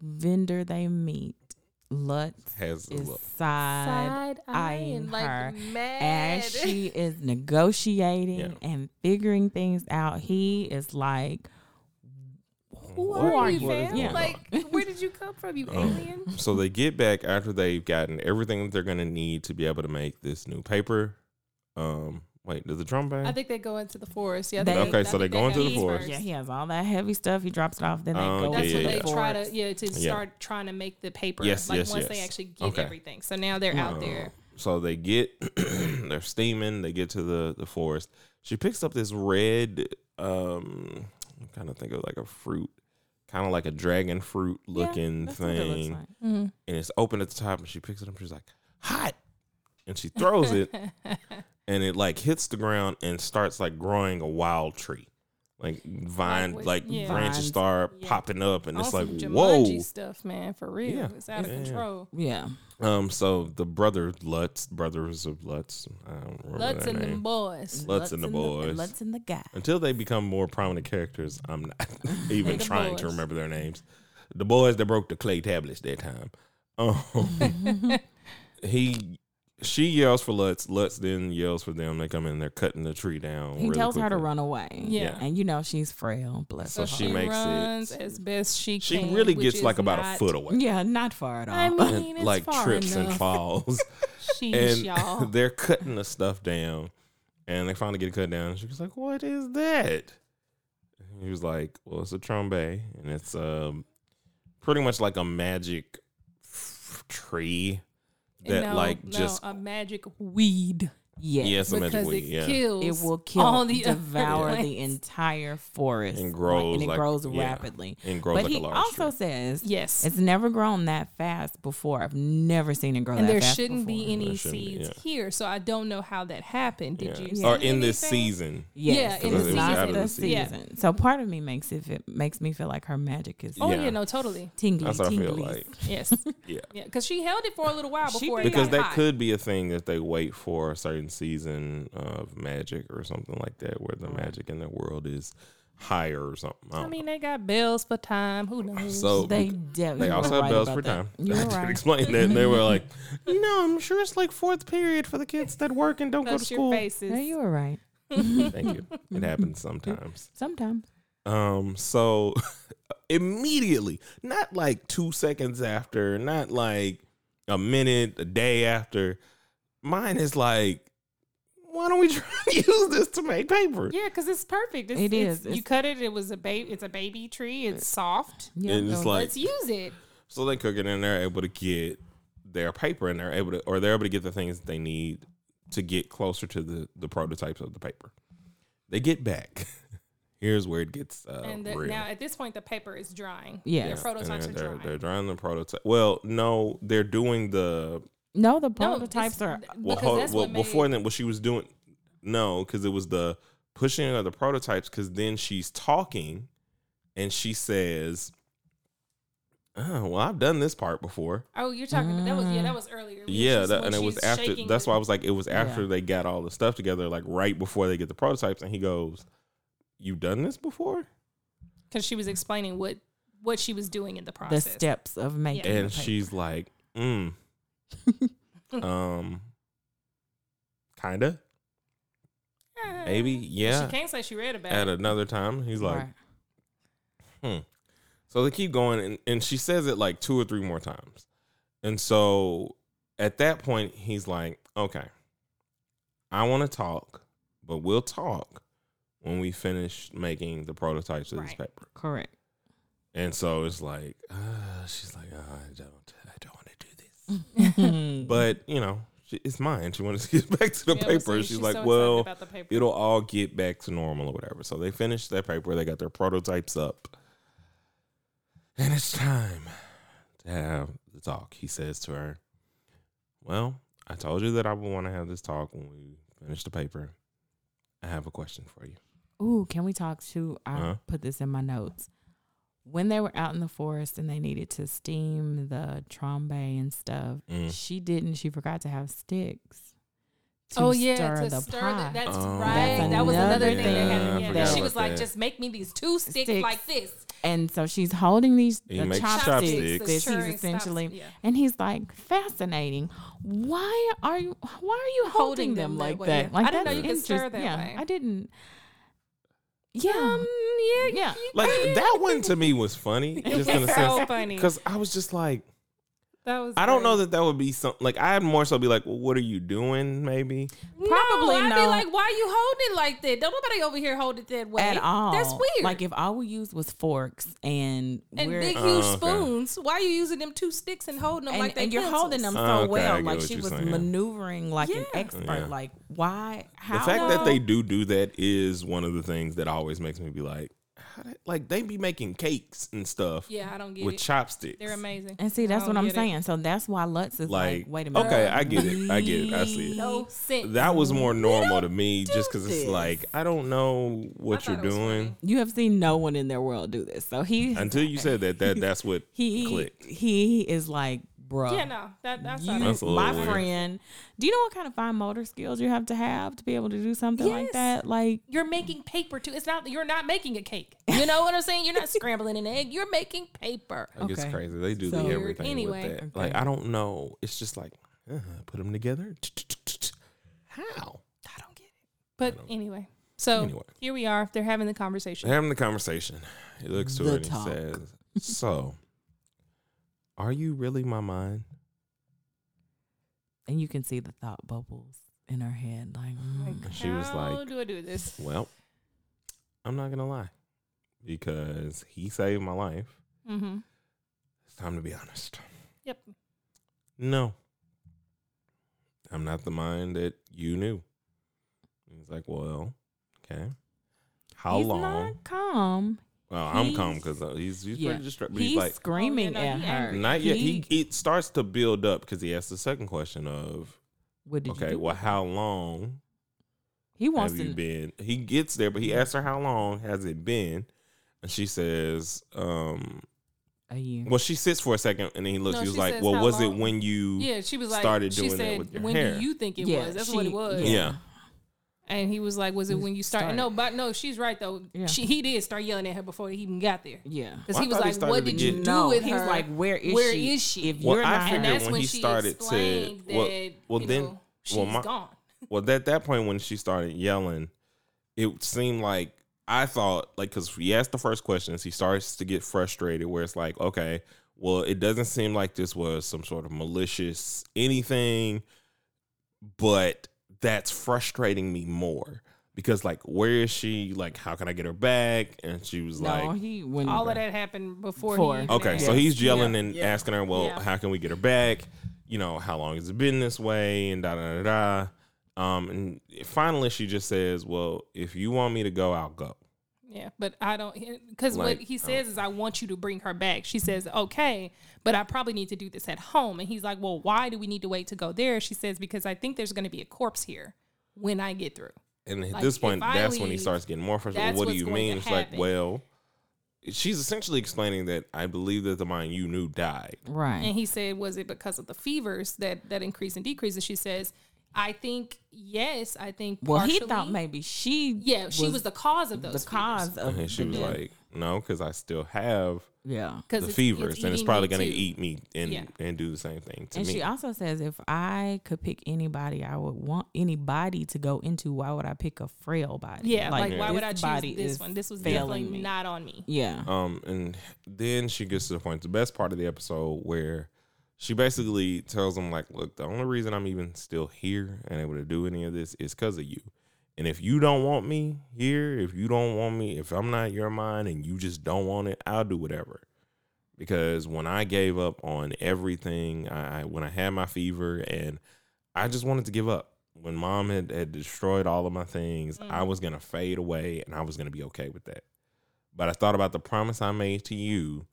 [SPEAKER 3] vendor they meet, Lutz
[SPEAKER 1] has a
[SPEAKER 3] is
[SPEAKER 1] look.
[SPEAKER 3] side
[SPEAKER 2] Side
[SPEAKER 3] eyeing
[SPEAKER 2] eyeing like
[SPEAKER 3] her
[SPEAKER 2] mad.
[SPEAKER 3] as she is negotiating
[SPEAKER 1] Yeah.
[SPEAKER 3] and figuring things out. He is like,
[SPEAKER 2] Who
[SPEAKER 1] What
[SPEAKER 2] are,
[SPEAKER 1] are
[SPEAKER 2] you,
[SPEAKER 1] you- what is
[SPEAKER 2] fam?
[SPEAKER 1] going
[SPEAKER 2] Like, where did you come from, you
[SPEAKER 1] Oh.
[SPEAKER 2] alien?
[SPEAKER 1] So they get back after they've gotten everything that they're gonna need to be able to make this new paper. Um, wait, does the drum bang?
[SPEAKER 2] I think they go into the forest. Yeah. I
[SPEAKER 3] They-
[SPEAKER 2] think
[SPEAKER 1] Okay,
[SPEAKER 2] I
[SPEAKER 1] so
[SPEAKER 2] think
[SPEAKER 1] they go into
[SPEAKER 2] have
[SPEAKER 1] the forest.
[SPEAKER 2] bees
[SPEAKER 3] yeah,
[SPEAKER 2] first.
[SPEAKER 3] he has all that heavy stuff. He drops it off. Then they
[SPEAKER 1] Oh,
[SPEAKER 3] go
[SPEAKER 1] yeah,
[SPEAKER 2] That's
[SPEAKER 1] yeah,
[SPEAKER 2] what they
[SPEAKER 1] yeah.
[SPEAKER 2] try to yeah to
[SPEAKER 1] Yeah.
[SPEAKER 2] start trying to make the paper.
[SPEAKER 1] Yes,
[SPEAKER 2] like
[SPEAKER 1] yes,
[SPEAKER 2] once they
[SPEAKER 1] yes.
[SPEAKER 2] actually get
[SPEAKER 1] Okay.
[SPEAKER 2] everything. So now they're out there.
[SPEAKER 1] Oh, so they get they're steaming, they get to the the forest. She picks up this red um I'm kind of think of like a fruit, kind of like a dragon fruit
[SPEAKER 3] Yeah,
[SPEAKER 1] looking
[SPEAKER 3] that's what it looks
[SPEAKER 1] thing.
[SPEAKER 3] like.
[SPEAKER 2] Mm-hmm.
[SPEAKER 1] And it's open at the top and she picks it up, she's like, hot. And she throws it and it like hits the ground and starts like growing a wild tree. Like vine,
[SPEAKER 2] what-
[SPEAKER 1] like,
[SPEAKER 2] yeah.
[SPEAKER 1] branches
[SPEAKER 3] Vines.
[SPEAKER 1] start
[SPEAKER 2] Yeah.
[SPEAKER 1] popping up, and it's
[SPEAKER 2] On
[SPEAKER 1] like
[SPEAKER 2] some Jumanji
[SPEAKER 1] whoa.
[SPEAKER 2] stuff, man, for real.
[SPEAKER 1] Yeah.
[SPEAKER 2] It's out of
[SPEAKER 1] Yeah, yeah, yeah.
[SPEAKER 2] control.
[SPEAKER 3] Yeah,
[SPEAKER 1] Um, so the brother Lutz, brothers of Lutz, I don't remember
[SPEAKER 2] Lutz
[SPEAKER 1] their
[SPEAKER 2] and
[SPEAKER 1] name.
[SPEAKER 2] them boys.
[SPEAKER 1] Lutz and the boys.
[SPEAKER 3] Lutz and the guy.
[SPEAKER 1] Until they become more prominent characters, I'm not even
[SPEAKER 2] The
[SPEAKER 1] trying to
[SPEAKER 2] boys.
[SPEAKER 1] remember their names. The boys that broke the clay tablets that time. Um,
[SPEAKER 2] Mm-hmm.
[SPEAKER 1] he, she yells for Lutz. Lutz then yells for them. They come in. They're cutting the tree down.
[SPEAKER 3] He
[SPEAKER 1] really
[SPEAKER 3] tells her to
[SPEAKER 1] quickly.
[SPEAKER 3] run away.
[SPEAKER 2] Yeah.
[SPEAKER 3] and you know she's frail. Bless
[SPEAKER 1] So
[SPEAKER 3] her.
[SPEAKER 1] she
[SPEAKER 3] heart.
[SPEAKER 1] makes it-
[SPEAKER 2] runs as best she
[SPEAKER 1] She
[SPEAKER 2] can.
[SPEAKER 1] really
[SPEAKER 2] which
[SPEAKER 1] gets
[SPEAKER 2] is
[SPEAKER 1] like about
[SPEAKER 2] not-
[SPEAKER 1] a foot away.
[SPEAKER 3] Yeah, not far at all.
[SPEAKER 2] I mean,
[SPEAKER 1] and
[SPEAKER 2] it's
[SPEAKER 1] like
[SPEAKER 2] far
[SPEAKER 1] trips
[SPEAKER 2] enough.
[SPEAKER 1] and falls.
[SPEAKER 2] Sheesh,
[SPEAKER 1] and
[SPEAKER 2] y'all.
[SPEAKER 1] they're cutting the stuff down, and they finally get it cut down. And she was like, "What is that?" And he was like, "Well, it's a trombe, and it's um pretty much like a magic f- tree that
[SPEAKER 2] no,
[SPEAKER 1] like
[SPEAKER 2] no,
[SPEAKER 1] just
[SPEAKER 2] a magic weed
[SPEAKER 3] yes.
[SPEAKER 1] yeah, it's a magic
[SPEAKER 2] because
[SPEAKER 1] weed,
[SPEAKER 2] it
[SPEAKER 1] yeah."
[SPEAKER 2] kills.
[SPEAKER 3] It will kill,
[SPEAKER 2] all the other
[SPEAKER 3] devour the
[SPEAKER 2] plants.
[SPEAKER 3] entire forest,
[SPEAKER 1] And
[SPEAKER 3] like,
[SPEAKER 1] grows
[SPEAKER 3] and it
[SPEAKER 1] like-
[SPEAKER 3] grows
[SPEAKER 1] yeah.
[SPEAKER 3] rapidly.
[SPEAKER 1] and grows
[SPEAKER 3] But
[SPEAKER 1] like
[SPEAKER 3] he
[SPEAKER 1] a large
[SPEAKER 3] also
[SPEAKER 1] tree.
[SPEAKER 3] says
[SPEAKER 2] Yes,
[SPEAKER 3] It's never grown that fast before. I've never seen it grow
[SPEAKER 2] and
[SPEAKER 3] that
[SPEAKER 2] there
[SPEAKER 3] fast.
[SPEAKER 2] shouldn't be
[SPEAKER 3] before.
[SPEAKER 2] any
[SPEAKER 1] There shouldn't be,
[SPEAKER 2] seeds
[SPEAKER 1] yeah.
[SPEAKER 2] here, so I don't know how that happened. Did
[SPEAKER 1] Yeah.
[SPEAKER 2] you?
[SPEAKER 1] or
[SPEAKER 2] see
[SPEAKER 1] in this
[SPEAKER 2] anything?
[SPEAKER 1] season?
[SPEAKER 3] Yes,
[SPEAKER 2] Yeah,
[SPEAKER 1] in
[SPEAKER 3] it's
[SPEAKER 1] the
[SPEAKER 3] not
[SPEAKER 1] season.
[SPEAKER 3] the
[SPEAKER 2] Yeah.
[SPEAKER 3] season. So part of me makes it, it makes me feel like her magic is
[SPEAKER 2] Oh
[SPEAKER 1] Yeah.
[SPEAKER 2] yeah. no, totally.
[SPEAKER 3] tingly.
[SPEAKER 1] That's what I feel
[SPEAKER 3] tingly.
[SPEAKER 1] like.
[SPEAKER 2] Yes,
[SPEAKER 1] Yeah.
[SPEAKER 2] yeah, because she held it for a little while
[SPEAKER 3] She
[SPEAKER 2] before it
[SPEAKER 3] did.
[SPEAKER 1] Because
[SPEAKER 2] got
[SPEAKER 1] that
[SPEAKER 2] hot.
[SPEAKER 1] could be a thing that they wait for a certain season of magic or something like that, where the magic in the world is higher or something. I
[SPEAKER 2] I
[SPEAKER 1] don't
[SPEAKER 2] mean, they got bells for time. Who knows?
[SPEAKER 1] So
[SPEAKER 3] They
[SPEAKER 1] bec-
[SPEAKER 3] definitely.
[SPEAKER 1] they also have bells for time. I
[SPEAKER 3] You're
[SPEAKER 1] had to
[SPEAKER 3] right.
[SPEAKER 1] explain that. And they were like, you know, I'm sure it's like fourth period for the kids that work and don't go to
[SPEAKER 2] That's your
[SPEAKER 1] school.
[SPEAKER 2] faces.
[SPEAKER 3] No, you were right.
[SPEAKER 1] Thank you. It happens sometimes.
[SPEAKER 3] Sometimes.
[SPEAKER 1] Um, so immediately, not like two seconds after, not like a minute, a day after, mine is like, why don't we try to use this to make paper?
[SPEAKER 2] Yeah, because it's perfect. It's,
[SPEAKER 3] It
[SPEAKER 2] it's-
[SPEAKER 3] is. It's-
[SPEAKER 2] you cut it. It was a baby. It's a baby tree. It's soft.
[SPEAKER 3] Yeah.
[SPEAKER 1] And it's
[SPEAKER 3] so-
[SPEAKER 1] like,
[SPEAKER 2] Let's use it.
[SPEAKER 1] So they cook it and they're able to get their paper and they're able to or they're able to get the things they need to get closer to the, the prototypes of the paper. They get back. Here's where it gets uh,
[SPEAKER 2] and the,
[SPEAKER 1] real.
[SPEAKER 2] now at this point, the paper is drying.
[SPEAKER 3] Yes.
[SPEAKER 2] The
[SPEAKER 1] And
[SPEAKER 2] prototypes
[SPEAKER 1] they're,
[SPEAKER 2] are
[SPEAKER 1] they're,
[SPEAKER 2] drying.
[SPEAKER 1] they're drawing the prototype. Well, no, they're doing the
[SPEAKER 3] No, the
[SPEAKER 2] No,
[SPEAKER 3] prototypes
[SPEAKER 2] this-
[SPEAKER 3] are.
[SPEAKER 1] well,
[SPEAKER 2] because
[SPEAKER 1] hold-
[SPEAKER 2] that's
[SPEAKER 1] well
[SPEAKER 2] what made-
[SPEAKER 1] before then what she was doing no because it was the pushing of the prototypes because then she's talking and she says oh well i've done this part before
[SPEAKER 2] Oh, you're talking. about That was yeah. That was earlier. when
[SPEAKER 1] yeah
[SPEAKER 2] she's-
[SPEAKER 1] that,
[SPEAKER 2] when
[SPEAKER 1] and it was
[SPEAKER 2] she's
[SPEAKER 1] after
[SPEAKER 2] shaking
[SPEAKER 1] that's
[SPEAKER 2] the-
[SPEAKER 1] why i was like it was after
[SPEAKER 3] Yeah.
[SPEAKER 1] they got all the stuff together like right before they get the prototypes and he goes you done this before
[SPEAKER 2] because she was explaining what what she was doing in the
[SPEAKER 3] the
[SPEAKER 2] process.
[SPEAKER 3] steps of making the
[SPEAKER 1] and
[SPEAKER 3] paper.
[SPEAKER 1] she's like mm um kinda
[SPEAKER 2] Ah.
[SPEAKER 1] maybe yeah
[SPEAKER 2] She can't say she read about
[SPEAKER 1] at
[SPEAKER 2] it.
[SPEAKER 1] another time he's like
[SPEAKER 3] Right.
[SPEAKER 1] So they keep going, and, and she says it like two or three more times. And so at that point, he's like, okay, I want to talk, but we'll talk when we finish making the prototypes of this
[SPEAKER 2] Right.
[SPEAKER 1] paper.
[SPEAKER 3] correct.
[SPEAKER 1] And so it's like, uh, she's like, "Uh, I don't, I don't want to do this.
[SPEAKER 3] but
[SPEAKER 1] But, you know, she, it's mine. She wanted to get back to the
[SPEAKER 2] Yeah, but
[SPEAKER 1] paper.
[SPEAKER 2] see,
[SPEAKER 1] She's, like,
[SPEAKER 2] so excited
[SPEAKER 1] well,
[SPEAKER 2] about the paper.
[SPEAKER 1] it'll all get back to normal or whatever. So they finished their paper, they got their prototypes up, and it's time to have the talk. He says to her, Well, I told you that I would want to have this talk when we finish the paper. I have a question for you.
[SPEAKER 3] ooh, can we talk to? I
[SPEAKER 1] Uh-huh.
[SPEAKER 3] put this in my notes. When they were out in the forest and they needed to steam the trombe and stuff,
[SPEAKER 1] Mm.
[SPEAKER 3] she didn't. She forgot to have sticks. To
[SPEAKER 2] oh yeah,
[SPEAKER 3] stir
[SPEAKER 2] to
[SPEAKER 3] the
[SPEAKER 2] stir
[SPEAKER 3] pie.
[SPEAKER 2] The, that's
[SPEAKER 1] Oh,
[SPEAKER 2] right. That was another
[SPEAKER 3] another
[SPEAKER 2] thing. that
[SPEAKER 3] thing.
[SPEAKER 2] happened.
[SPEAKER 3] Yeah, I
[SPEAKER 2] Yeah,
[SPEAKER 3] forgot
[SPEAKER 2] she
[SPEAKER 1] about
[SPEAKER 2] was like,
[SPEAKER 1] that.
[SPEAKER 2] just make me these two sticks,
[SPEAKER 3] Sticks.
[SPEAKER 2] like this.
[SPEAKER 3] and so she's holding these
[SPEAKER 1] He
[SPEAKER 3] the
[SPEAKER 1] makes
[SPEAKER 3] chopsticks.
[SPEAKER 1] chopsticks.
[SPEAKER 3] This
[SPEAKER 2] Stirring
[SPEAKER 3] he's
[SPEAKER 2] stops,
[SPEAKER 3] essentially,
[SPEAKER 2] yeah.
[SPEAKER 3] and he's like, fascinating. Why are you? Why are you holding,
[SPEAKER 2] Holding
[SPEAKER 3] them,
[SPEAKER 2] them that
[SPEAKER 3] like
[SPEAKER 2] way.
[SPEAKER 3] that? Like
[SPEAKER 2] I didn't know
[SPEAKER 3] that's
[SPEAKER 2] you could stir
[SPEAKER 3] interest-
[SPEAKER 2] that
[SPEAKER 3] yeah,
[SPEAKER 2] way.
[SPEAKER 3] I didn't. Yeah,
[SPEAKER 2] Um, yeah,
[SPEAKER 3] yeah.
[SPEAKER 1] Like, that one to me was funny, just in a
[SPEAKER 2] It's
[SPEAKER 1] sense.
[SPEAKER 2] so funny.
[SPEAKER 1] Because I was just like,
[SPEAKER 2] That was.
[SPEAKER 1] I don't
[SPEAKER 2] great.
[SPEAKER 1] know that that would be something. Like, I'd more so be like, well, what are you doing, maybe?
[SPEAKER 3] Probably
[SPEAKER 2] no, I'd
[SPEAKER 3] no.
[SPEAKER 2] be like, why you holding it like that? Don't nobody over here hold it that way
[SPEAKER 3] at all.
[SPEAKER 2] That's weird.
[SPEAKER 3] Like if all we used was forks and
[SPEAKER 2] and
[SPEAKER 3] we're
[SPEAKER 2] big
[SPEAKER 1] Oh,
[SPEAKER 2] huge
[SPEAKER 1] okay.
[SPEAKER 2] spoons. Why you using them two sticks and holding them
[SPEAKER 3] and,
[SPEAKER 2] like they
[SPEAKER 3] and you're
[SPEAKER 2] pencils?
[SPEAKER 3] holding them so
[SPEAKER 1] Oh, okay, I
[SPEAKER 3] well,
[SPEAKER 1] get
[SPEAKER 3] like
[SPEAKER 1] what
[SPEAKER 3] she
[SPEAKER 1] you're
[SPEAKER 3] was
[SPEAKER 1] saying.
[SPEAKER 3] maneuvering like an
[SPEAKER 2] Yeah.
[SPEAKER 3] expert.
[SPEAKER 1] Yeah.
[SPEAKER 3] Like why? How?
[SPEAKER 1] The fact
[SPEAKER 2] No.
[SPEAKER 1] that they do do that is one of the things that always makes me be like, how did, like they be making cakes and stuff
[SPEAKER 2] Yeah, I don't get
[SPEAKER 1] with
[SPEAKER 2] it.
[SPEAKER 1] chopsticks.
[SPEAKER 2] They're amazing.
[SPEAKER 3] and see,
[SPEAKER 2] I
[SPEAKER 3] that's what
[SPEAKER 2] don't
[SPEAKER 3] I'm
[SPEAKER 2] get it.
[SPEAKER 3] saying. So that's why Lutz is like,
[SPEAKER 1] Like,
[SPEAKER 3] wait a minute.
[SPEAKER 1] okay, I get it. I get it. I see it.
[SPEAKER 2] No sense.
[SPEAKER 1] That was more normal to me just because
[SPEAKER 3] this.
[SPEAKER 1] it's like, I don't know what
[SPEAKER 2] I
[SPEAKER 1] you're
[SPEAKER 2] thought it was
[SPEAKER 1] doing.
[SPEAKER 2] funny.
[SPEAKER 3] You have seen no one in their world do this. So he
[SPEAKER 1] Until you said that, that that's what
[SPEAKER 3] he
[SPEAKER 1] clicked.
[SPEAKER 3] he is like, bruh.
[SPEAKER 2] Yeah, no, that that's
[SPEAKER 3] You,
[SPEAKER 2] not
[SPEAKER 1] That's a little
[SPEAKER 3] my
[SPEAKER 1] weird.
[SPEAKER 3] friend, do you know what kind of fine motor skills you have to have to be able to do something like
[SPEAKER 2] Yes.
[SPEAKER 3] that? Like,
[SPEAKER 2] You're making paper too. It's not you're not making a cake. You know what I'm saying? You're not scrambling an egg. You're making paper.
[SPEAKER 1] Like,
[SPEAKER 3] Okay.
[SPEAKER 1] It's crazy. They do
[SPEAKER 3] So-
[SPEAKER 1] the everything
[SPEAKER 2] Anyway.
[SPEAKER 1] with that.
[SPEAKER 3] Okay.
[SPEAKER 1] Like I don't know. It's just like uh, put them together. How?
[SPEAKER 2] I don't get it. But anyway, so
[SPEAKER 1] Anyway.
[SPEAKER 2] here we are. They're having the conversation.
[SPEAKER 1] They're having the conversation. He looks to
[SPEAKER 3] The
[SPEAKER 1] her and he
[SPEAKER 3] talk.
[SPEAKER 1] says, "So, are you really my mind?"
[SPEAKER 3] and you can see the thought bubbles in her head. Like,
[SPEAKER 2] Like,
[SPEAKER 3] mm.
[SPEAKER 1] She was
[SPEAKER 2] how
[SPEAKER 1] like-
[SPEAKER 2] do I do this?
[SPEAKER 1] Well, I'm not gonna lie, because he saved my life.
[SPEAKER 2] Mm-hmm.
[SPEAKER 1] It's time to be honest.
[SPEAKER 2] Yep.
[SPEAKER 1] No, I'm not the mind that you knew. He's like, "Well, okay." How
[SPEAKER 3] he's
[SPEAKER 1] long?
[SPEAKER 3] Not calm.
[SPEAKER 1] well, I'm
[SPEAKER 3] he's-
[SPEAKER 1] calm because he's he's
[SPEAKER 3] Yeah.
[SPEAKER 1] pretty distracted. But
[SPEAKER 3] He's
[SPEAKER 1] he's like,
[SPEAKER 3] screaming
[SPEAKER 2] Oh, yeah, no,
[SPEAKER 3] at
[SPEAKER 2] he
[SPEAKER 3] her.
[SPEAKER 2] angry.
[SPEAKER 1] not yet. He, it starts to build up because he asks the second question of,
[SPEAKER 3] what did you
[SPEAKER 1] "Okay,
[SPEAKER 3] do?
[SPEAKER 1] well, how long?"
[SPEAKER 3] he wants
[SPEAKER 1] have
[SPEAKER 3] to.
[SPEAKER 1] you been? He gets there, but he asks her how long has it been, and she says, um,
[SPEAKER 3] a year.
[SPEAKER 1] "Well, she sits for a second, and then he looks.
[SPEAKER 2] No,
[SPEAKER 1] he was
[SPEAKER 2] she
[SPEAKER 1] like,
[SPEAKER 2] says,
[SPEAKER 1] "Well,
[SPEAKER 2] how
[SPEAKER 1] was it
[SPEAKER 2] long?"
[SPEAKER 1] when you?"
[SPEAKER 2] Yeah, she was like
[SPEAKER 1] started
[SPEAKER 2] she
[SPEAKER 1] doing that
[SPEAKER 2] said,
[SPEAKER 1] with your
[SPEAKER 2] when
[SPEAKER 1] hair."
[SPEAKER 2] do you think it was? That's what
[SPEAKER 3] she-
[SPEAKER 2] it was.
[SPEAKER 1] Yeah.
[SPEAKER 2] And he was like, was it
[SPEAKER 3] Just
[SPEAKER 2] when you started?
[SPEAKER 3] start.
[SPEAKER 2] No, but no, she's right though.
[SPEAKER 3] Yeah.
[SPEAKER 2] She he did start yelling at her before he even got there.
[SPEAKER 3] Yeah.
[SPEAKER 2] Because
[SPEAKER 1] Well,
[SPEAKER 2] he
[SPEAKER 1] I
[SPEAKER 2] was
[SPEAKER 1] thought he
[SPEAKER 2] like,
[SPEAKER 1] started
[SPEAKER 2] what
[SPEAKER 1] to
[SPEAKER 2] did
[SPEAKER 1] get-
[SPEAKER 2] you do
[SPEAKER 3] No,
[SPEAKER 2] with
[SPEAKER 3] he's
[SPEAKER 2] her?
[SPEAKER 3] like, where is
[SPEAKER 2] Where
[SPEAKER 3] she?
[SPEAKER 2] is she?
[SPEAKER 3] If
[SPEAKER 1] Well,
[SPEAKER 3] you're
[SPEAKER 1] I
[SPEAKER 3] not
[SPEAKER 1] figured
[SPEAKER 2] that's
[SPEAKER 1] when,
[SPEAKER 2] when
[SPEAKER 1] he
[SPEAKER 2] she
[SPEAKER 1] started to
[SPEAKER 2] explained
[SPEAKER 1] well,
[SPEAKER 2] that,
[SPEAKER 1] well
[SPEAKER 2] you
[SPEAKER 1] then,
[SPEAKER 2] know,
[SPEAKER 1] well,
[SPEAKER 2] she's
[SPEAKER 1] my,
[SPEAKER 2] gone.
[SPEAKER 1] well at that point when she started yelling, it seemed like I thought like because he asked the first questions, he starts to get frustrated where it's like, okay, well, it doesn't seem like this was some sort of malicious anything, but that's frustrating me more because like where is she? Like how can I get her back? And she was
[SPEAKER 3] no,
[SPEAKER 1] like,
[SPEAKER 3] he wouldn't.
[SPEAKER 2] All of that happened before.
[SPEAKER 3] Before.
[SPEAKER 2] He even
[SPEAKER 1] okay. So
[SPEAKER 2] asked.
[SPEAKER 1] he's yelling and
[SPEAKER 2] Yeah.
[SPEAKER 1] asking her, well,
[SPEAKER 2] Yeah.
[SPEAKER 1] how can we get her back? You know, how long has it been this way? And da da da da. Um, and finally she just says, well, if you want me to go, I'll go.
[SPEAKER 2] Yeah, but I don't because
[SPEAKER 1] Like,
[SPEAKER 2] what he
[SPEAKER 1] oh.
[SPEAKER 2] says is I want you to bring her back. She says okay, but I probably need to do this at home. And he's like, well, why do we need to wait to go there? She says because I think there's going to be a corpse here when I get through.
[SPEAKER 1] And at
[SPEAKER 2] Like,
[SPEAKER 1] this point,
[SPEAKER 2] if I
[SPEAKER 1] that's when he
[SPEAKER 2] leave,
[SPEAKER 1] starts getting more frustrated.
[SPEAKER 2] that's
[SPEAKER 1] What do
[SPEAKER 2] what's
[SPEAKER 1] you
[SPEAKER 2] going
[SPEAKER 1] mean?
[SPEAKER 2] to
[SPEAKER 1] It's like,
[SPEAKER 2] happen.
[SPEAKER 1] well, she's essentially explaining that I believe that the mind you knew died.
[SPEAKER 3] Right.
[SPEAKER 2] And he said, was it because of the fevers that that increase and decrease? And she says, I think yes. I think
[SPEAKER 3] Well, he
[SPEAKER 2] partially,
[SPEAKER 3] thought maybe she.
[SPEAKER 2] yeah she was, the cause of
[SPEAKER 3] the
[SPEAKER 2] those
[SPEAKER 3] cause of.
[SPEAKER 1] And she
[SPEAKER 3] the
[SPEAKER 1] was
[SPEAKER 2] Mm-hmm.
[SPEAKER 3] death.
[SPEAKER 1] like, no, because I still have
[SPEAKER 3] yeah.
[SPEAKER 1] the fevers, and it's probably going to eat me and
[SPEAKER 2] Yeah.
[SPEAKER 1] and do the same thing to
[SPEAKER 3] And
[SPEAKER 1] me.
[SPEAKER 3] she also says, if I could pick anybody, I would want anybody to go into. Why would I pick a frail body?
[SPEAKER 2] Yeah, like, why would
[SPEAKER 3] this
[SPEAKER 2] I choose
[SPEAKER 3] body
[SPEAKER 2] this
[SPEAKER 3] is
[SPEAKER 2] one? This was
[SPEAKER 3] failing
[SPEAKER 2] definitely
[SPEAKER 3] me.
[SPEAKER 2] not on me.
[SPEAKER 3] Yeah.
[SPEAKER 1] um, and then she gets to the point, the best part of the episode, where she basically tells him, like, look, the only reason I'm even still here and able to do any of this is because of you. And if you don't want me here, if you don't want me, if I'm not your mind and you just don't want it, I'll do whatever. Because when I gave up on everything, I I- when I had my fever and I just wanted to give up. When mom had, had destroyed all of my things, I was gonna fade away and I was gonna be okay with that. But I thought about the promise I made to you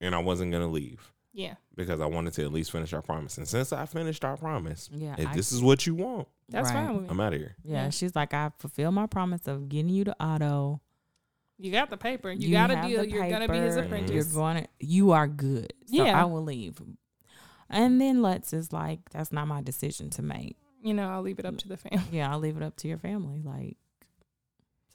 [SPEAKER 1] and I wasn't gonna leave
[SPEAKER 2] Yeah,
[SPEAKER 1] because I wanted to at least finish our promise. And since I finished our promise,
[SPEAKER 3] Yeah,
[SPEAKER 1] if
[SPEAKER 3] I-
[SPEAKER 1] this is what you want,
[SPEAKER 2] that's
[SPEAKER 3] Right.
[SPEAKER 2] fine with me.
[SPEAKER 1] I'm out of here.
[SPEAKER 3] Yeah, she's like, I fulfilled my promise of getting you to auto.
[SPEAKER 2] You got the paper. You,
[SPEAKER 3] You
[SPEAKER 2] got a
[SPEAKER 3] have
[SPEAKER 2] deal.
[SPEAKER 3] the
[SPEAKER 2] You're gonna be his
[SPEAKER 3] paper.
[SPEAKER 2] apprentice.
[SPEAKER 3] You're going. To, you are good. So
[SPEAKER 2] Yeah.
[SPEAKER 3] I will leave. And then Lutz is like, that's not my decision to make.
[SPEAKER 2] you know, I'll leave it up to the family.
[SPEAKER 3] Yeah, I'll leave it up to your family. Like,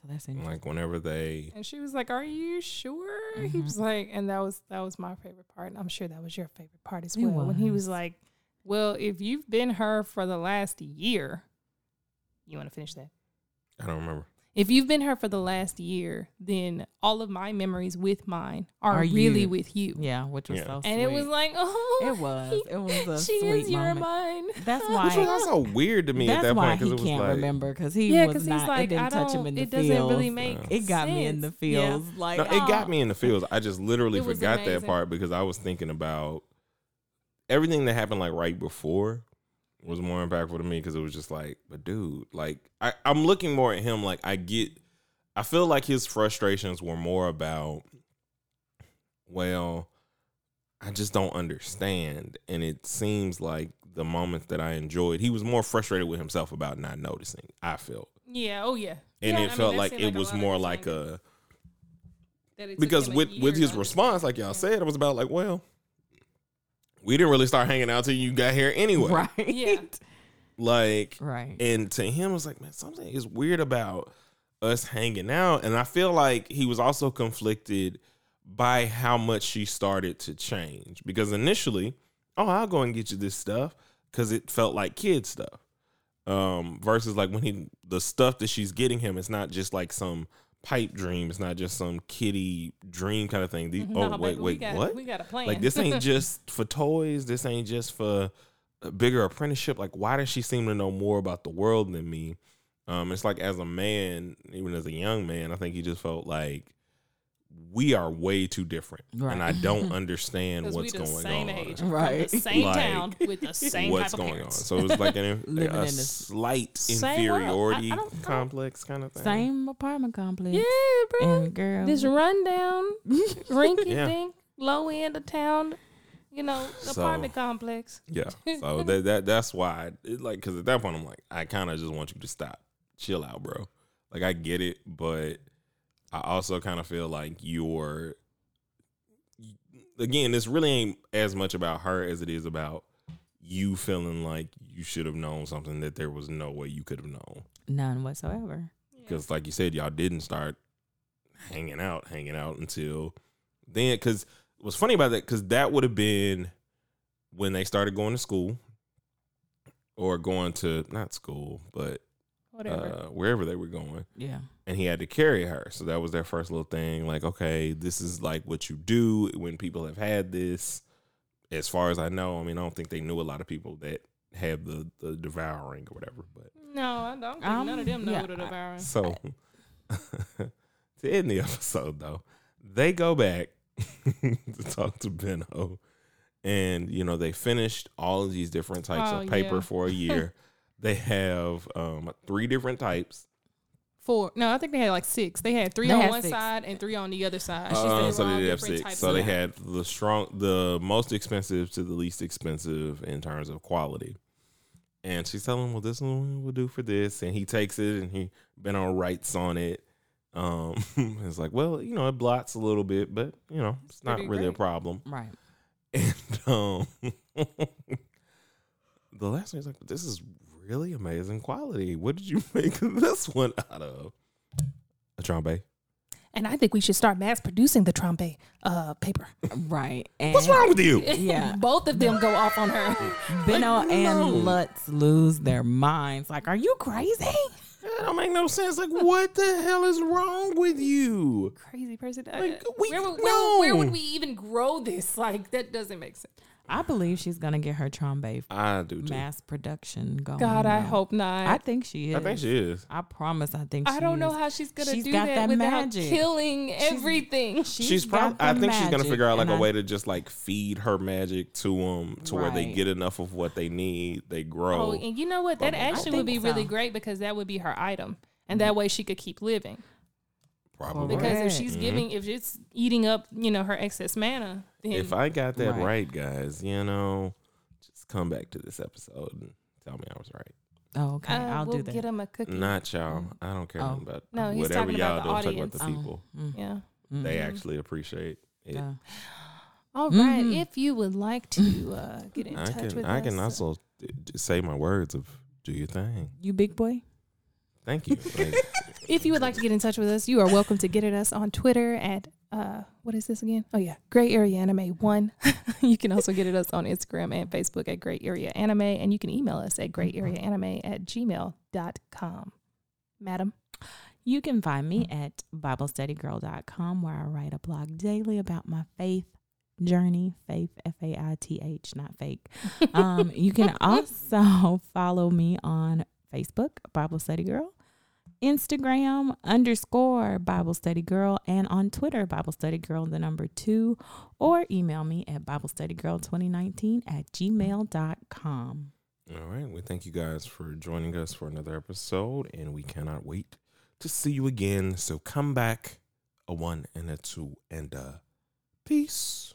[SPEAKER 3] so that's interesting.
[SPEAKER 1] Like whenever they
[SPEAKER 2] And she was like, "Are you sure?" He
[SPEAKER 3] Mhm.
[SPEAKER 2] was like, and that was that was my favorite part, and I'm sure that was your favorite part as
[SPEAKER 3] It
[SPEAKER 2] well. When he was
[SPEAKER 3] was.
[SPEAKER 2] like, "Well, if you've been her for the last year, you want to finish that?
[SPEAKER 1] I don't remember.
[SPEAKER 2] If you've been her for the last year, then all of my memories with mine are,
[SPEAKER 3] Are
[SPEAKER 2] really
[SPEAKER 3] you.
[SPEAKER 2] with you."
[SPEAKER 3] Yeah, which was
[SPEAKER 1] Yeah.
[SPEAKER 3] so
[SPEAKER 2] And it was
[SPEAKER 3] sweet.
[SPEAKER 2] like, oh,
[SPEAKER 3] It was. It was a
[SPEAKER 2] she
[SPEAKER 3] sweet
[SPEAKER 2] is your
[SPEAKER 3] moment.
[SPEAKER 2] mine.
[SPEAKER 3] That's
[SPEAKER 1] Which
[SPEAKER 3] why-
[SPEAKER 1] was also weird to me at
[SPEAKER 3] that's
[SPEAKER 1] that
[SPEAKER 3] why
[SPEAKER 1] point because
[SPEAKER 3] he
[SPEAKER 1] it was
[SPEAKER 3] can't
[SPEAKER 1] like
[SPEAKER 3] remember because he
[SPEAKER 2] yeah,
[SPEAKER 3] was
[SPEAKER 2] because he's
[SPEAKER 3] not.
[SPEAKER 2] like,
[SPEAKER 3] it didn't
[SPEAKER 2] I
[SPEAKER 3] touch him
[SPEAKER 2] don't.
[SPEAKER 3] in the
[SPEAKER 2] It doesn't
[SPEAKER 3] field.
[SPEAKER 2] really make.
[SPEAKER 1] It
[SPEAKER 3] it got me in the
[SPEAKER 2] sense.
[SPEAKER 3] feels.
[SPEAKER 2] Yeah.
[SPEAKER 3] Like,
[SPEAKER 1] No, it
[SPEAKER 2] "Aw."
[SPEAKER 1] got me in the feels. I just literally
[SPEAKER 2] oh. It was
[SPEAKER 1] forgot that
[SPEAKER 2] amazing.
[SPEAKER 1] part because I was thinking about everything that happened like right before was more impactful to me because it was just like, but dude, like I, I'm looking more at him like I get I feel like his frustrations were more about well, I just don't understand. And it seems like the moments that I enjoyed, he was more frustrated with himself about not noticing, I felt.
[SPEAKER 2] Yeah. Oh yeah.
[SPEAKER 1] And
[SPEAKER 2] Yeah, I
[SPEAKER 1] it
[SPEAKER 2] mean,
[SPEAKER 1] felt
[SPEAKER 2] that
[SPEAKER 1] like
[SPEAKER 2] seemed
[SPEAKER 1] it
[SPEAKER 2] a
[SPEAKER 1] was
[SPEAKER 2] lot of
[SPEAKER 1] more
[SPEAKER 2] the
[SPEAKER 1] like
[SPEAKER 2] time
[SPEAKER 1] a
[SPEAKER 2] that it took
[SPEAKER 1] because
[SPEAKER 2] him a
[SPEAKER 1] with with
[SPEAKER 2] year
[SPEAKER 1] his
[SPEAKER 2] to
[SPEAKER 1] response, like y'all
[SPEAKER 2] Yeah.
[SPEAKER 1] said, it was about like, well, we didn't really start hanging out till you got here anyway.
[SPEAKER 3] right.
[SPEAKER 2] Yeah.
[SPEAKER 1] Like,
[SPEAKER 3] Right.
[SPEAKER 1] and to him, it was like, man, something is weird about us hanging out, and I feel like he was also conflicted by how much she started to change because initially, oh, I'll go and get you this stuff because it felt like kid stuff. Um, versus like when he the stuff that she's getting him, it's not just like some pipe dream, it's not just some kitty dream kind of thing. The,
[SPEAKER 2] Mhm.
[SPEAKER 1] oh
[SPEAKER 2] No,
[SPEAKER 1] wait,
[SPEAKER 2] baby, we
[SPEAKER 1] wait,
[SPEAKER 2] got,
[SPEAKER 1] what?
[SPEAKER 2] We got a plan.
[SPEAKER 1] Like this ain't just for toys. This ain't just for a bigger apprenticeship. Like why does she seem to know more about the world than me? Um, it's like as a man, even as a young man, I think he just felt like we are way too different,
[SPEAKER 3] Right.
[SPEAKER 1] and I don't understand
[SPEAKER 2] 'Cause we
[SPEAKER 1] what's
[SPEAKER 2] the
[SPEAKER 1] going
[SPEAKER 2] same
[SPEAKER 1] on.
[SPEAKER 2] age,
[SPEAKER 3] Right.
[SPEAKER 2] The same
[SPEAKER 1] Like,
[SPEAKER 2] town with the same
[SPEAKER 1] what's
[SPEAKER 2] type
[SPEAKER 1] going on?
[SPEAKER 2] of parents.
[SPEAKER 1] So it was like an, a,
[SPEAKER 3] Living in this-
[SPEAKER 1] slight
[SPEAKER 2] Same world. I- I
[SPEAKER 1] inferiority
[SPEAKER 2] don't- I don't-
[SPEAKER 1] complex kind of thing.
[SPEAKER 3] Same apartment complex.
[SPEAKER 2] yeah, bro.
[SPEAKER 3] And um, girl,
[SPEAKER 2] this rundown, rinky
[SPEAKER 1] Yeah.
[SPEAKER 2] dink, low end of town, you know,
[SPEAKER 1] So-
[SPEAKER 2] apartment complex.
[SPEAKER 1] Yeah. So that, that that's why it like because at that point I'm like I kind of just want you to stop, chill out, bro. Like I get it, but I also kind of feel like you're again. This really ain't as much about her as it is about you feeling like you should have known something that there was no way you could have known
[SPEAKER 3] none whatsoever.
[SPEAKER 1] because like you said y'all didn't start hanging out hanging out until then because what's funny about that because that would have been when they started going to school or going to not school but
[SPEAKER 2] Whatever.
[SPEAKER 1] uh, wherever they were going
[SPEAKER 3] Yeah.
[SPEAKER 1] and he had to carry her so that was their first little thing like okay this is like what you do when people have had this as far as i know i mean i don't think they knew a lot of people that had the the devouring or whatever but
[SPEAKER 2] no, I don't think
[SPEAKER 3] I'm
[SPEAKER 2] none of them know
[SPEAKER 3] Yeah,
[SPEAKER 2] what a
[SPEAKER 3] I-
[SPEAKER 2] devouring.
[SPEAKER 1] So to end the episode though, they go back to talk to Benno. And, you know, they finished all of these different types
[SPEAKER 2] Oh,
[SPEAKER 1] of paper
[SPEAKER 2] yeah.
[SPEAKER 1] for a year. they have um, three different types.
[SPEAKER 2] Four. No, I think they had like six. They had three
[SPEAKER 3] They
[SPEAKER 2] on
[SPEAKER 3] had
[SPEAKER 2] one
[SPEAKER 3] six.
[SPEAKER 2] side and three on the other side.
[SPEAKER 1] Uh,
[SPEAKER 2] said
[SPEAKER 1] so
[SPEAKER 2] were all
[SPEAKER 1] they did have
[SPEAKER 2] different
[SPEAKER 1] six.
[SPEAKER 2] types
[SPEAKER 1] So
[SPEAKER 2] of-
[SPEAKER 1] they had the strong, the most expensive to the least expensive in terms of quality. And she's telling him, "Well, this one will do for this," and he takes it and he been on writes on it. Um, it's like, well, you know, it blots a little bit, but you know, it's not
[SPEAKER 2] pretty
[SPEAKER 1] really a
[SPEAKER 2] great.
[SPEAKER 1] problem.
[SPEAKER 3] Right.
[SPEAKER 1] And um, the last one is like, "This is really amazing quality. What did you make this one out of?" A trombe.
[SPEAKER 2] And I think we should start mass producing the Trompe uh, paper.
[SPEAKER 3] Right. And
[SPEAKER 1] What's wrong with you?
[SPEAKER 3] Yeah.
[SPEAKER 2] Both of them go off on her.
[SPEAKER 3] Benno
[SPEAKER 1] no.
[SPEAKER 3] and Lutz lose their minds. Like, are you crazy?
[SPEAKER 1] That don't make no sense. Like, what the hell is wrong with you?
[SPEAKER 2] Crazy person. Uh,
[SPEAKER 1] Like, we-
[SPEAKER 2] where, would- where, where
[SPEAKER 1] no.
[SPEAKER 2] would we even grow this? Like, that doesn't make sense.
[SPEAKER 3] I believe she's gonna get her trombe
[SPEAKER 1] I do too.
[SPEAKER 3] mass production going.
[SPEAKER 2] God, Oh, I
[SPEAKER 3] though.
[SPEAKER 2] hope not.
[SPEAKER 3] I think she is.
[SPEAKER 1] I think she is.
[SPEAKER 3] I promise. I think.
[SPEAKER 2] I
[SPEAKER 3] she
[SPEAKER 2] don't know
[SPEAKER 3] is.
[SPEAKER 2] how she's gonna
[SPEAKER 3] She's
[SPEAKER 2] do
[SPEAKER 3] got
[SPEAKER 2] that,
[SPEAKER 3] that
[SPEAKER 2] without
[SPEAKER 3] magic.
[SPEAKER 2] killing everything.
[SPEAKER 1] She's,
[SPEAKER 3] got
[SPEAKER 1] probably. I
[SPEAKER 3] the
[SPEAKER 1] think she's gonna
[SPEAKER 3] magic,
[SPEAKER 1] figure out like
[SPEAKER 3] and
[SPEAKER 1] a
[SPEAKER 3] I-
[SPEAKER 1] way to just like feed her magic to them to where they
[SPEAKER 3] Right.
[SPEAKER 1] get enough of what they need. They grow.
[SPEAKER 2] Oh, and you know what? That
[SPEAKER 1] Bubble. I
[SPEAKER 2] actually would be
[SPEAKER 3] think
[SPEAKER 2] really
[SPEAKER 3] so.
[SPEAKER 2] great because that would be her item, and that way she could keep living.
[SPEAKER 1] probably.
[SPEAKER 2] Because if
[SPEAKER 3] Correct.
[SPEAKER 1] Mm-hmm.
[SPEAKER 2] she's giving, if it's eating up, you know, her excess mana, then
[SPEAKER 1] if I got that right.
[SPEAKER 3] Right.
[SPEAKER 1] guys, you know, just come back to this episode and tell me I was right.
[SPEAKER 3] Oh, okay,
[SPEAKER 2] uh,
[SPEAKER 3] I'll
[SPEAKER 2] we'll
[SPEAKER 3] do that.
[SPEAKER 2] get him a cookie.
[SPEAKER 1] Not y'all. I don't care
[SPEAKER 3] Oh.
[SPEAKER 1] nothing about
[SPEAKER 2] No, he's
[SPEAKER 1] whatever
[SPEAKER 2] talking
[SPEAKER 1] y'all
[SPEAKER 2] about
[SPEAKER 1] do.
[SPEAKER 2] the
[SPEAKER 1] I'm talking about the
[SPEAKER 3] audience.
[SPEAKER 1] people.
[SPEAKER 3] mm,
[SPEAKER 2] Yeah.
[SPEAKER 1] They
[SPEAKER 3] Mm-hmm.
[SPEAKER 1] actually appreciate it.
[SPEAKER 3] Yeah.
[SPEAKER 2] All right.
[SPEAKER 3] Mhm.
[SPEAKER 2] If you would like to uh, get in
[SPEAKER 1] I
[SPEAKER 2] touch
[SPEAKER 1] can.
[SPEAKER 2] with
[SPEAKER 1] I
[SPEAKER 2] us, uh,
[SPEAKER 1] can also d- d- say my words of do your thing.
[SPEAKER 3] You big boy.
[SPEAKER 1] Thank you. Like,
[SPEAKER 2] If you would like to get in touch with us, you are welcome to get at us on Twitter at uh, what is this again? Oh yeah, Gray Area Anime One. you can also get at us on Instagram and Facebook at Gray Area Anime, and you can email us at Gray Area Anime at gmail.com. Madam,
[SPEAKER 3] You can find me at BibleStudyGirl.com where I write a blog daily about my faith journey, faith, F A I T H, not fake. Um, you can also follow me on Facebook, Bible Study Girl, Instagram underscore Bible Study Girl, and on Twitter, Bible Study Girl, the number two, or email me at BibleStudyGirl2019 at gmail.com.
[SPEAKER 1] All right. We thank you guys for joining us for another episode, and we cannot wait to see you again. So come back a one and a two and a uh, peace.